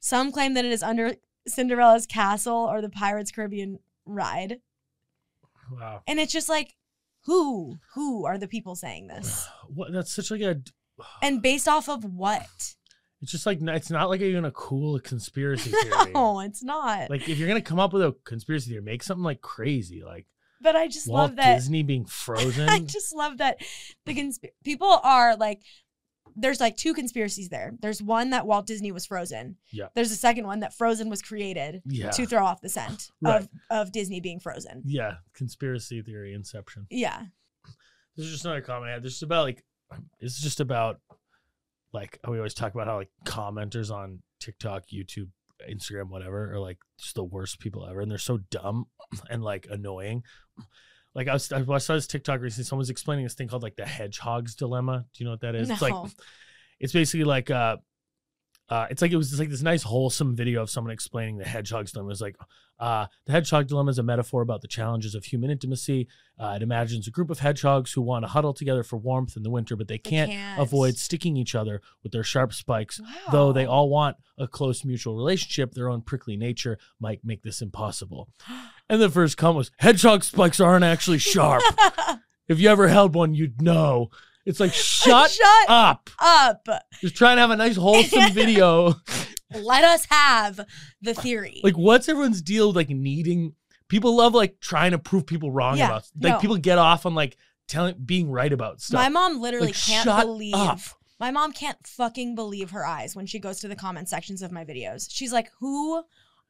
Speaker 1: Some claim that it is under Cinderella's castle or the Pirates Caribbean ride.
Speaker 2: Wow.
Speaker 1: And it's just like, who? Who are the people saying this?
Speaker 2: What? That's such like a.
Speaker 1: And based off of what?
Speaker 2: It's just like it's not like even a cool conspiracy theory.
Speaker 1: No, it's not.
Speaker 2: Like if you're gonna come up with a conspiracy theory, make something like crazy, like
Speaker 1: but I just
Speaker 2: Walt
Speaker 1: love that.
Speaker 2: Disney being frozen.
Speaker 1: I just love that the consp- people are like, there's like two conspiracies there. There's one that Walt Disney was frozen.
Speaker 2: Yeah.
Speaker 1: There's a second one that Frozen was created.
Speaker 2: yeah,
Speaker 1: to throw off the scent
Speaker 2: Right.
Speaker 1: of, of Disney being frozen.
Speaker 2: yeah, conspiracy theory inception.
Speaker 1: Yeah.
Speaker 2: This is just another comment I had. This is about like, this is just about like we always talk about how like commenters on TikTok, YouTube, Instagram, whatever, are like just the worst people ever, and they're so dumb and like annoying. Like I was, I watched this TikTok recently. Someone's explaining this thing called like the hedgehog's dilemma. Do you know what that is? It's like
Speaker 1: No.
Speaker 2: it's basically like uh uh, it's like it was just like this nice wholesome video of someone explaining the hedgehog's dilemma. It's like uh, the hedgehog dilemma is a metaphor about the challenges of human intimacy. Uh, it imagines a group of hedgehogs who want to huddle together for warmth in the winter, but they
Speaker 1: They
Speaker 2: can't,
Speaker 1: can't.
Speaker 2: avoid sticking each other with their sharp spikes.
Speaker 1: Wow.
Speaker 2: Though they all want a close mutual relationship, their own prickly nature might make this impossible. And the first comment was, "Hedgehog spikes aren't actually sharp. if you ever held one, you'd know." It's like, shut
Speaker 1: Shut
Speaker 2: up.
Speaker 1: up.
Speaker 2: Just trying to have a nice wholesome video.
Speaker 1: Let us have the theory.
Speaker 2: Like, what's everyone's deal? with, Like needing people love like trying to prove people wrong
Speaker 1: Yeah,
Speaker 2: about. Like
Speaker 1: no.
Speaker 2: people get off on like telling being right about stuff.
Speaker 1: My mom literally
Speaker 2: Like,
Speaker 1: can't
Speaker 2: shut
Speaker 1: believe.
Speaker 2: up.
Speaker 1: My mom can't fucking believe her eyes when she goes to the comment sections of my videos. She's like, who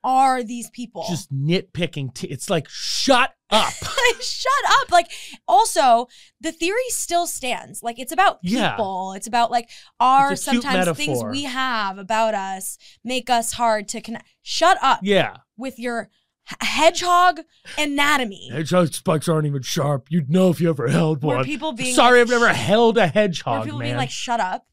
Speaker 1: are these people?
Speaker 2: Just nitpicking. T- it's like shut up.
Speaker 1: shut up. Like, also, the theory still stands. Like, it's about
Speaker 2: Yeah.
Speaker 1: people. It's about like our
Speaker 2: It's a cute
Speaker 1: sometimes things
Speaker 2: metaphor.
Speaker 1: we have about us make us hard to connect. Shut up
Speaker 2: yeah,
Speaker 1: with your h- hedgehog anatomy.
Speaker 2: hedgehog uh, spikes aren't even sharp. You'd know if you ever held
Speaker 1: Where
Speaker 2: one.
Speaker 1: people being
Speaker 2: Sorry, I've never held a
Speaker 1: Where
Speaker 2: hedgehog,
Speaker 1: people
Speaker 2: man.
Speaker 1: being like, shut up.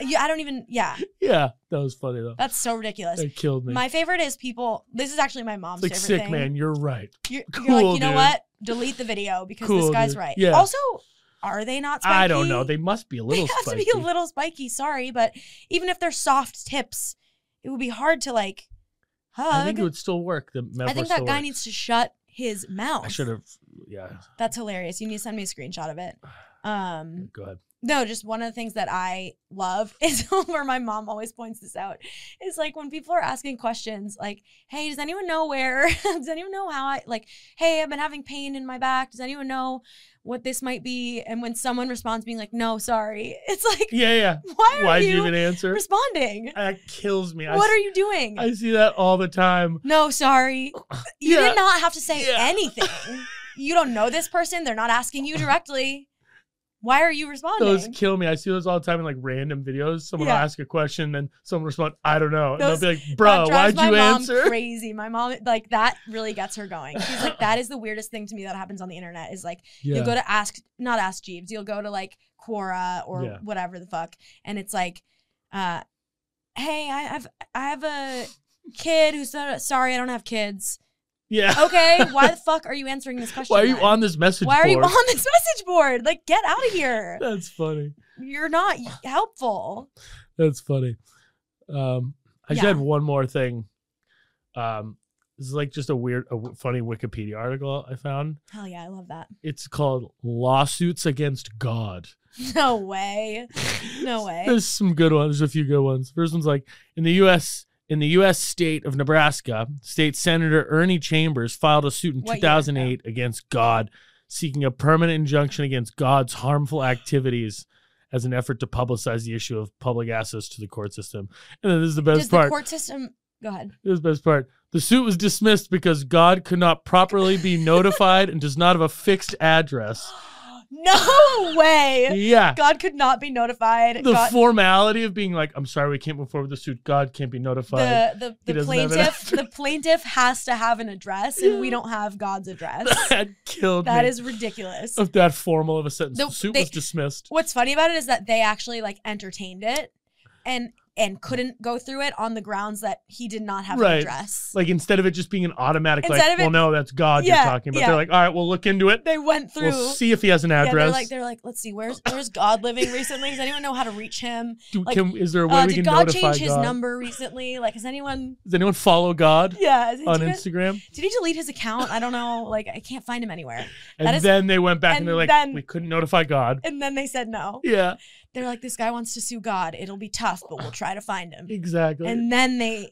Speaker 1: you, I don't even. Yeah,
Speaker 2: yeah, that was funny though.
Speaker 1: that's so ridiculous.
Speaker 2: That killed me.
Speaker 1: My favorite is people. This is actually my mom's
Speaker 2: It's like
Speaker 1: favorite
Speaker 2: sick,
Speaker 1: thing.
Speaker 2: man. You're right.
Speaker 1: You're, you're
Speaker 2: Cool,
Speaker 1: like, you know
Speaker 2: dude.
Speaker 1: what? Delete the video because this
Speaker 2: Cool,
Speaker 1: guy's
Speaker 2: dude.
Speaker 1: right.
Speaker 2: Yeah.
Speaker 1: Also, are they not spiky?
Speaker 2: I don't know. They must be a little.
Speaker 1: they have
Speaker 2: spiky.
Speaker 1: to be a little spiky. Sorry, but even if they're soft tips, it would be hard to like hug.
Speaker 2: I think it would still work. The metaphor
Speaker 1: that
Speaker 2: still
Speaker 1: guy
Speaker 2: works.
Speaker 1: needs to shut his mouth.
Speaker 2: I should have. Yeah,
Speaker 1: That's hilarious. You need to send me a screenshot of it. Um,
Speaker 2: Go ahead.
Speaker 1: no, just one of the things that I love is where my mom always points this out is like when people are asking questions, like, hey, does anyone know where? does anyone know how I, like, hey, I've been having pain in my back. Does anyone know what this might be? And when someone responds being like, no, sorry, it's like,
Speaker 2: Yeah, yeah.
Speaker 1: why are
Speaker 2: Why'd
Speaker 1: you,
Speaker 2: you even answer?
Speaker 1: responding?
Speaker 2: That kills me. I,
Speaker 1: what
Speaker 2: s-
Speaker 1: are you doing?
Speaker 2: I see that all the time.
Speaker 1: no, sorry. You
Speaker 2: Yeah.
Speaker 1: did not have to say
Speaker 2: Yeah.
Speaker 1: anything. you don't know this person. They're not asking you directly. Why are you responding?
Speaker 2: Those kill me. I see those all the time in like random videos. Someone
Speaker 1: Yeah.
Speaker 2: will ask a question, then someone will respond, I don't know. And
Speaker 1: Those-
Speaker 2: they'll be like, bro,
Speaker 1: That
Speaker 2: why'd
Speaker 1: drives
Speaker 2: you
Speaker 1: my mom
Speaker 2: answer?
Speaker 1: Crazy. My mom like that really gets her going. She's like, that is the weirdest thing to me that happens on the internet is like you'll go to ask not ask Jeeves, you'll go to like Quora or
Speaker 2: Yeah.
Speaker 1: whatever the fuck, and it's like, uh, hey, I have I have a kid who's not, sorry, I don't have kids.
Speaker 2: yeah.
Speaker 1: Okay, why the fuck are you answering this question?
Speaker 2: Why are you
Speaker 1: then?
Speaker 2: on this message
Speaker 1: Oh, Why are you
Speaker 2: board?
Speaker 1: on this message board? Like, get out of here.
Speaker 2: That's funny.
Speaker 1: You're not helpful.
Speaker 2: That's funny. Um, I just
Speaker 1: Yeah.
Speaker 2: had one more thing. Um, this is like just a weird, a w- funny Wikipedia article I found.
Speaker 1: Hell yeah, I love that.
Speaker 2: It's called "Lawsuits Against God."
Speaker 1: No way. No way.
Speaker 2: There's some good ones. There's a few good ones. First one's like in the U.S. in the U.S. state of Nebraska, state senator Ernie Chambers filed a suit in
Speaker 1: What year?
Speaker 2: 2008 against God, seeking a permanent injunction against God's harmful activities as an effort to publicize the issue of public access to the court system. And then this is the best
Speaker 1: Does
Speaker 2: part.
Speaker 1: the court system go ahead?
Speaker 2: This is the best part. The suit was dismissed because God could not properly be notified and does not have a fixed address.
Speaker 1: no way.
Speaker 2: Yeah.
Speaker 1: God could not be notified.
Speaker 2: The
Speaker 1: God,
Speaker 2: formality of being like, I'm sorry, we can't move forward with the suit. God can't be notified.
Speaker 1: the
Speaker 2: he
Speaker 1: the, the
Speaker 2: doesn't have an
Speaker 1: plaintiff the plaintiff has to have an address, and we don't have God's address.
Speaker 2: that killed
Speaker 1: that
Speaker 2: me.
Speaker 1: is ridiculous.
Speaker 2: of that formal of a sentence.
Speaker 1: The-
Speaker 2: The, suit
Speaker 1: they-
Speaker 2: was dismissed.
Speaker 1: What's funny about it is that they actually like entertained it, and and couldn't go through it on the grounds that he did not have
Speaker 2: Right.
Speaker 1: an address.
Speaker 2: Like instead of it just being an automatic,
Speaker 1: Instead
Speaker 2: like,
Speaker 1: of
Speaker 2: well,
Speaker 1: it-
Speaker 2: no, that's God
Speaker 1: Yeah,
Speaker 2: you're talking about.
Speaker 1: yeah.
Speaker 2: They're like, all right, we'll look into it.
Speaker 1: they went through.
Speaker 2: We'll see if he has an
Speaker 1: yeah,
Speaker 2: address.
Speaker 1: they're like they're like, let's see, where's where's God living recently? Does anyone know how to reach him?
Speaker 2: Do-
Speaker 1: like,
Speaker 2: can- is there a way
Speaker 1: Uh,
Speaker 2: we can
Speaker 1: did God
Speaker 2: notify
Speaker 1: change his
Speaker 2: God?
Speaker 1: number recently? Like, has anyone?
Speaker 2: Does anyone follow God
Speaker 1: Yeah, is-
Speaker 2: on
Speaker 1: do you-
Speaker 2: Instagram?
Speaker 1: Did he delete his account? I don't know. Like I can't find him anywhere.
Speaker 2: And
Speaker 1: That is-
Speaker 2: then they went back and,
Speaker 1: and
Speaker 2: they're like,
Speaker 1: then-
Speaker 2: we couldn't notify God.
Speaker 1: And then they said no.
Speaker 2: Yeah,
Speaker 1: They're like, this guy wants to sue God. It'll be tough, but we'll try to find him.
Speaker 2: exactly.
Speaker 1: And then they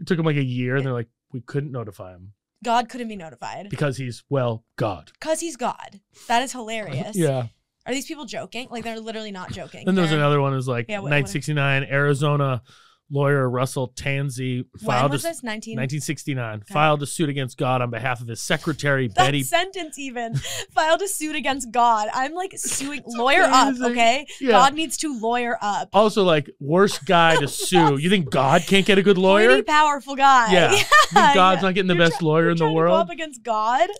Speaker 2: it took him like a year, and they're like, we couldn't notify him
Speaker 1: God couldn't be notified.
Speaker 2: because he's well, God.
Speaker 1: Because he's God. That is hilarious.
Speaker 2: Yeah.
Speaker 1: Are these people joking? Like they're literally not joking.
Speaker 2: Then there was
Speaker 1: They're-
Speaker 2: another one. It was like
Speaker 1: Yeah, what-
Speaker 2: 1969 Arizona lawyer Russell Tanzi
Speaker 1: when
Speaker 2: filed a,
Speaker 1: was this? 19
Speaker 2: 1969
Speaker 1: Okay.
Speaker 2: filed a suit against God on behalf of his secretary
Speaker 1: that
Speaker 2: Betty.
Speaker 1: sentence even filed a suit against God. I'm like suing lawyer
Speaker 2: amazing.
Speaker 1: up, okay?
Speaker 2: Yeah.
Speaker 1: God needs to lawyer up.
Speaker 2: Also, like worst guy to sue. You think God can't get a good lawyer?
Speaker 1: Pretty powerful guy.
Speaker 2: Yeah. You think God's
Speaker 1: yeah.
Speaker 2: not getting the
Speaker 1: You're
Speaker 2: best lawyer
Speaker 1: You're
Speaker 2: in the
Speaker 1: trying to go
Speaker 2: world?
Speaker 1: up against God?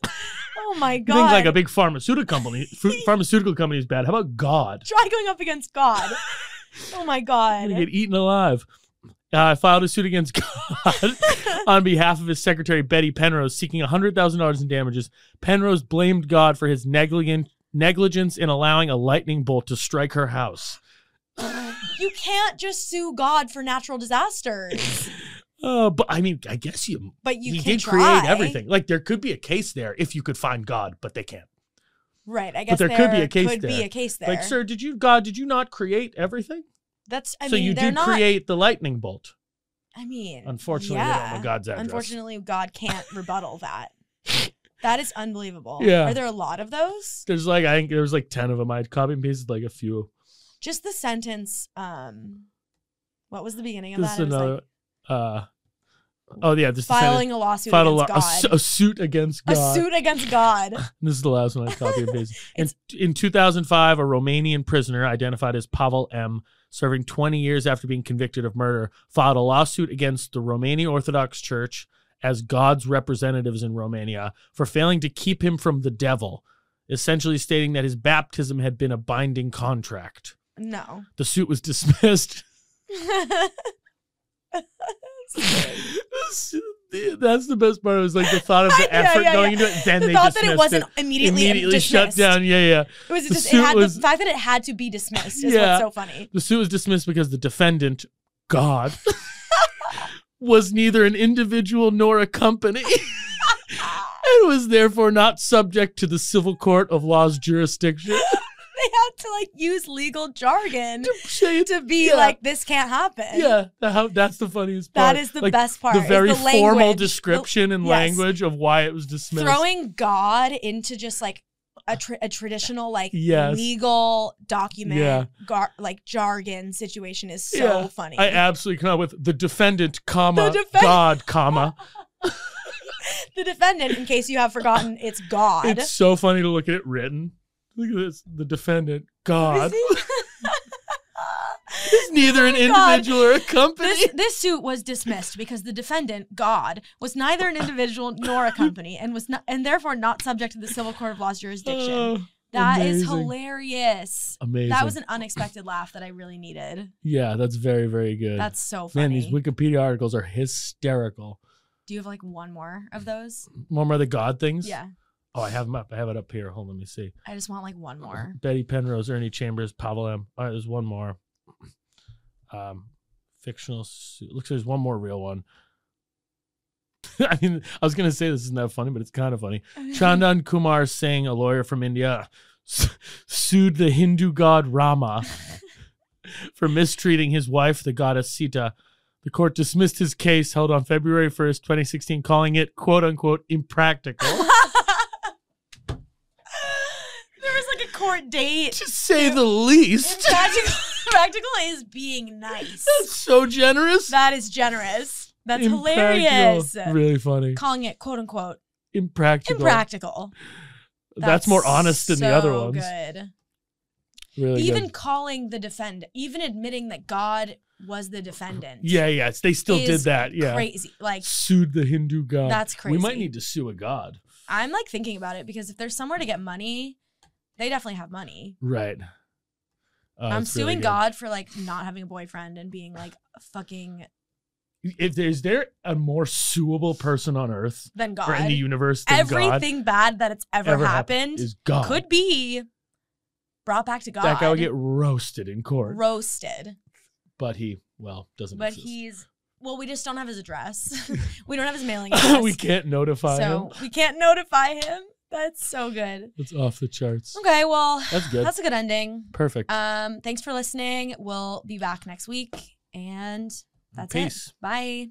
Speaker 1: Oh my
Speaker 2: You
Speaker 1: god.
Speaker 2: think like a big pharmaceutical company, ph- pharmaceutical company is bad. How about God?
Speaker 1: Try going up against God. oh my
Speaker 2: I'm
Speaker 1: god.
Speaker 2: gonna get eaten alive. Uh, filed a suit against God on behalf of his secretary Betty Penrose, seeking hundred thousand dollars in damages. Penrose blamed God for his negligent negligence in allowing a lightning bolt to strike her house.
Speaker 1: you can't just sue God for natural disasters.
Speaker 2: Uh, but I mean, I guess you
Speaker 1: But you
Speaker 2: he
Speaker 1: can
Speaker 2: did
Speaker 1: try.
Speaker 2: create everything. Like there could be a case there if you could find God, but they can't.
Speaker 1: Right. I guess
Speaker 2: there could be a case
Speaker 1: could be
Speaker 2: there.
Speaker 1: a case there.
Speaker 2: Like, sir, did you God? Did you not create everything?
Speaker 1: That's I
Speaker 2: so
Speaker 1: mean
Speaker 2: you
Speaker 1: they're
Speaker 2: did
Speaker 1: not
Speaker 2: create the lightning bolt.
Speaker 1: I mean
Speaker 2: Unfortunately, they
Speaker 1: yeah.
Speaker 2: don't know God's address.
Speaker 1: Unfortunately God can't rebuttal that. That is unbelievable.
Speaker 2: Yeah.
Speaker 1: Are there a lot of those?
Speaker 2: There's like I think there was like ten of them. I had copy and pasted like a few.
Speaker 1: Just the sentence, um what was the beginning of
Speaker 2: This is
Speaker 1: that? It was like,
Speaker 2: another. uh, oh yeah, this
Speaker 1: filing
Speaker 2: is
Speaker 1: a lawsuit
Speaker 2: the sentence. Filed
Speaker 1: against
Speaker 2: a, lo- a
Speaker 1: God.
Speaker 2: su- a suit against
Speaker 1: a
Speaker 2: God.
Speaker 1: suit against God.
Speaker 2: This is the last one I copy and pasted. In, in 2005, a Romanian prisoner identified as Pavel M., serving 20 years after being convicted of murder, filed a lawsuit against the Romanian Orthodox Church as God's representatives in Romania for failing to keep him from the devil, essentially stating that his baptism had been a binding contract.
Speaker 1: No.
Speaker 2: The suit was dismissed. That's the best part. It was like the thought of the
Speaker 1: Yeah,
Speaker 2: effort
Speaker 1: yeah,
Speaker 2: going into it. Then
Speaker 1: the
Speaker 2: they
Speaker 1: thought
Speaker 2: dismissed
Speaker 1: that it wasn't immediately,
Speaker 2: immediately shut
Speaker 1: dismissed.
Speaker 2: down. Yeah, yeah.
Speaker 1: It was
Speaker 2: The
Speaker 1: just
Speaker 2: suit
Speaker 1: it had
Speaker 2: was-
Speaker 1: the fact that it had to be dismissed is
Speaker 2: Yeah.
Speaker 1: what's so funny.
Speaker 2: The suit was dismissed because the defendant, God, was neither an individual nor a company and was therefore not subject to the civil court of law's jurisdiction.
Speaker 1: they have to like use legal jargon
Speaker 2: Say it.
Speaker 1: to be
Speaker 2: Yeah.
Speaker 1: like this can't happen.
Speaker 2: Yeah, the- how- that's the funniest
Speaker 1: That
Speaker 2: part.
Speaker 1: is the
Speaker 2: Like,
Speaker 1: best part.
Speaker 2: The
Speaker 1: is
Speaker 2: very
Speaker 1: the
Speaker 2: formal
Speaker 1: language, the-
Speaker 2: description and
Speaker 1: yes.
Speaker 2: language of why it was dismissed.
Speaker 1: throwing God into just like a, tra- a traditional like
Speaker 2: Yes.
Speaker 1: legal document
Speaker 2: Yeah.
Speaker 1: gar- like jargon situation is so
Speaker 2: Yeah.
Speaker 1: funny.
Speaker 2: I absolutely cannot with the defendant, comma
Speaker 1: The defen- Oh,
Speaker 2: God, comma.
Speaker 1: the defendant, in case you have forgotten, it's God.
Speaker 2: It's so funny to look at it written. Look at this. The defendant, God. It's neither an
Speaker 1: God.
Speaker 2: individual or a company.
Speaker 1: This, this suit was dismissed because the defendant, God, was neither an individual nor a company and was not, and therefore not subject to the civil court of law's jurisdiction.
Speaker 2: Oh,
Speaker 1: That is
Speaker 2: amazing.
Speaker 1: hilarious.
Speaker 2: Amazing.
Speaker 1: That was an unexpected laugh that I really needed.
Speaker 2: yeah, that's very, very good.
Speaker 1: That's so funny.
Speaker 2: Man, these Wikipedia articles are hysterical.
Speaker 1: Do you have like one more of those?
Speaker 2: One more of the God things.
Speaker 1: Yeah.
Speaker 2: Oh, I have them up. I have it up here. Hold on, let me see.
Speaker 1: I just want like one more.
Speaker 2: Betty Penrose, Ernie Chambers, Pavel M. All right, there's one more. Um, fictional. su- Looks like there's one more real one. I mean, I was gonna say this isn't that funny, but it's kind of funny. Chandan Kumar Singh, a lawyer from India, s- sued the Hindu god Rama for mistreating his wife, the goddess Sita. The court dismissed his case held on February 1st, 2016, calling it quote unquote
Speaker 1: there
Speaker 2: impractical.
Speaker 1: was like a court date.
Speaker 2: to say the least.
Speaker 1: Practical, practical is being nice.
Speaker 2: That's so generous.
Speaker 1: That is generous. That's
Speaker 2: Impractical.
Speaker 1: hilarious.
Speaker 2: Really funny.
Speaker 1: Calling it quote unquote
Speaker 2: Impractical.
Speaker 1: impractical.
Speaker 2: That's, more honest than the other
Speaker 1: so
Speaker 2: ones.
Speaker 1: Good.
Speaker 2: Really
Speaker 1: even
Speaker 2: good.
Speaker 1: calling the defendant, even admitting that God was the defendant.
Speaker 2: Yeah, yeah. They still did
Speaker 1: is
Speaker 2: that. Yeah.
Speaker 1: Crazy. Like
Speaker 2: Sued the Hindu god.
Speaker 1: that's crazy.
Speaker 2: We might need to sue a god.
Speaker 1: I'm like thinking about it because if there's somewhere to get money, they definitely have money.
Speaker 2: Right. Uh,
Speaker 1: I'm
Speaker 2: it's really
Speaker 1: suing
Speaker 2: good.
Speaker 1: God for like not having a boyfriend and being like fucking
Speaker 2: If there's there a more suable person on earth
Speaker 1: then God.
Speaker 2: or in the universe than God
Speaker 1: Everything bad that it's ever,
Speaker 2: Ever
Speaker 1: happened
Speaker 2: is God.
Speaker 1: could be brought back to God.
Speaker 2: that guy would get roasted in court,
Speaker 1: roasted.
Speaker 2: but he well doesn't
Speaker 1: But
Speaker 2: exist.
Speaker 1: he's well, we just don't have his address. we don't have his mailing address.
Speaker 2: we can't notify him.
Speaker 1: so we can't notify him. That's so good.
Speaker 2: It's off the charts.
Speaker 1: Okay, well,
Speaker 2: That's good.
Speaker 1: that's a good ending.
Speaker 2: Perfect.
Speaker 1: Um, thanks for listening. We'll be back next week, and that's
Speaker 2: Peace.
Speaker 1: it. Bye.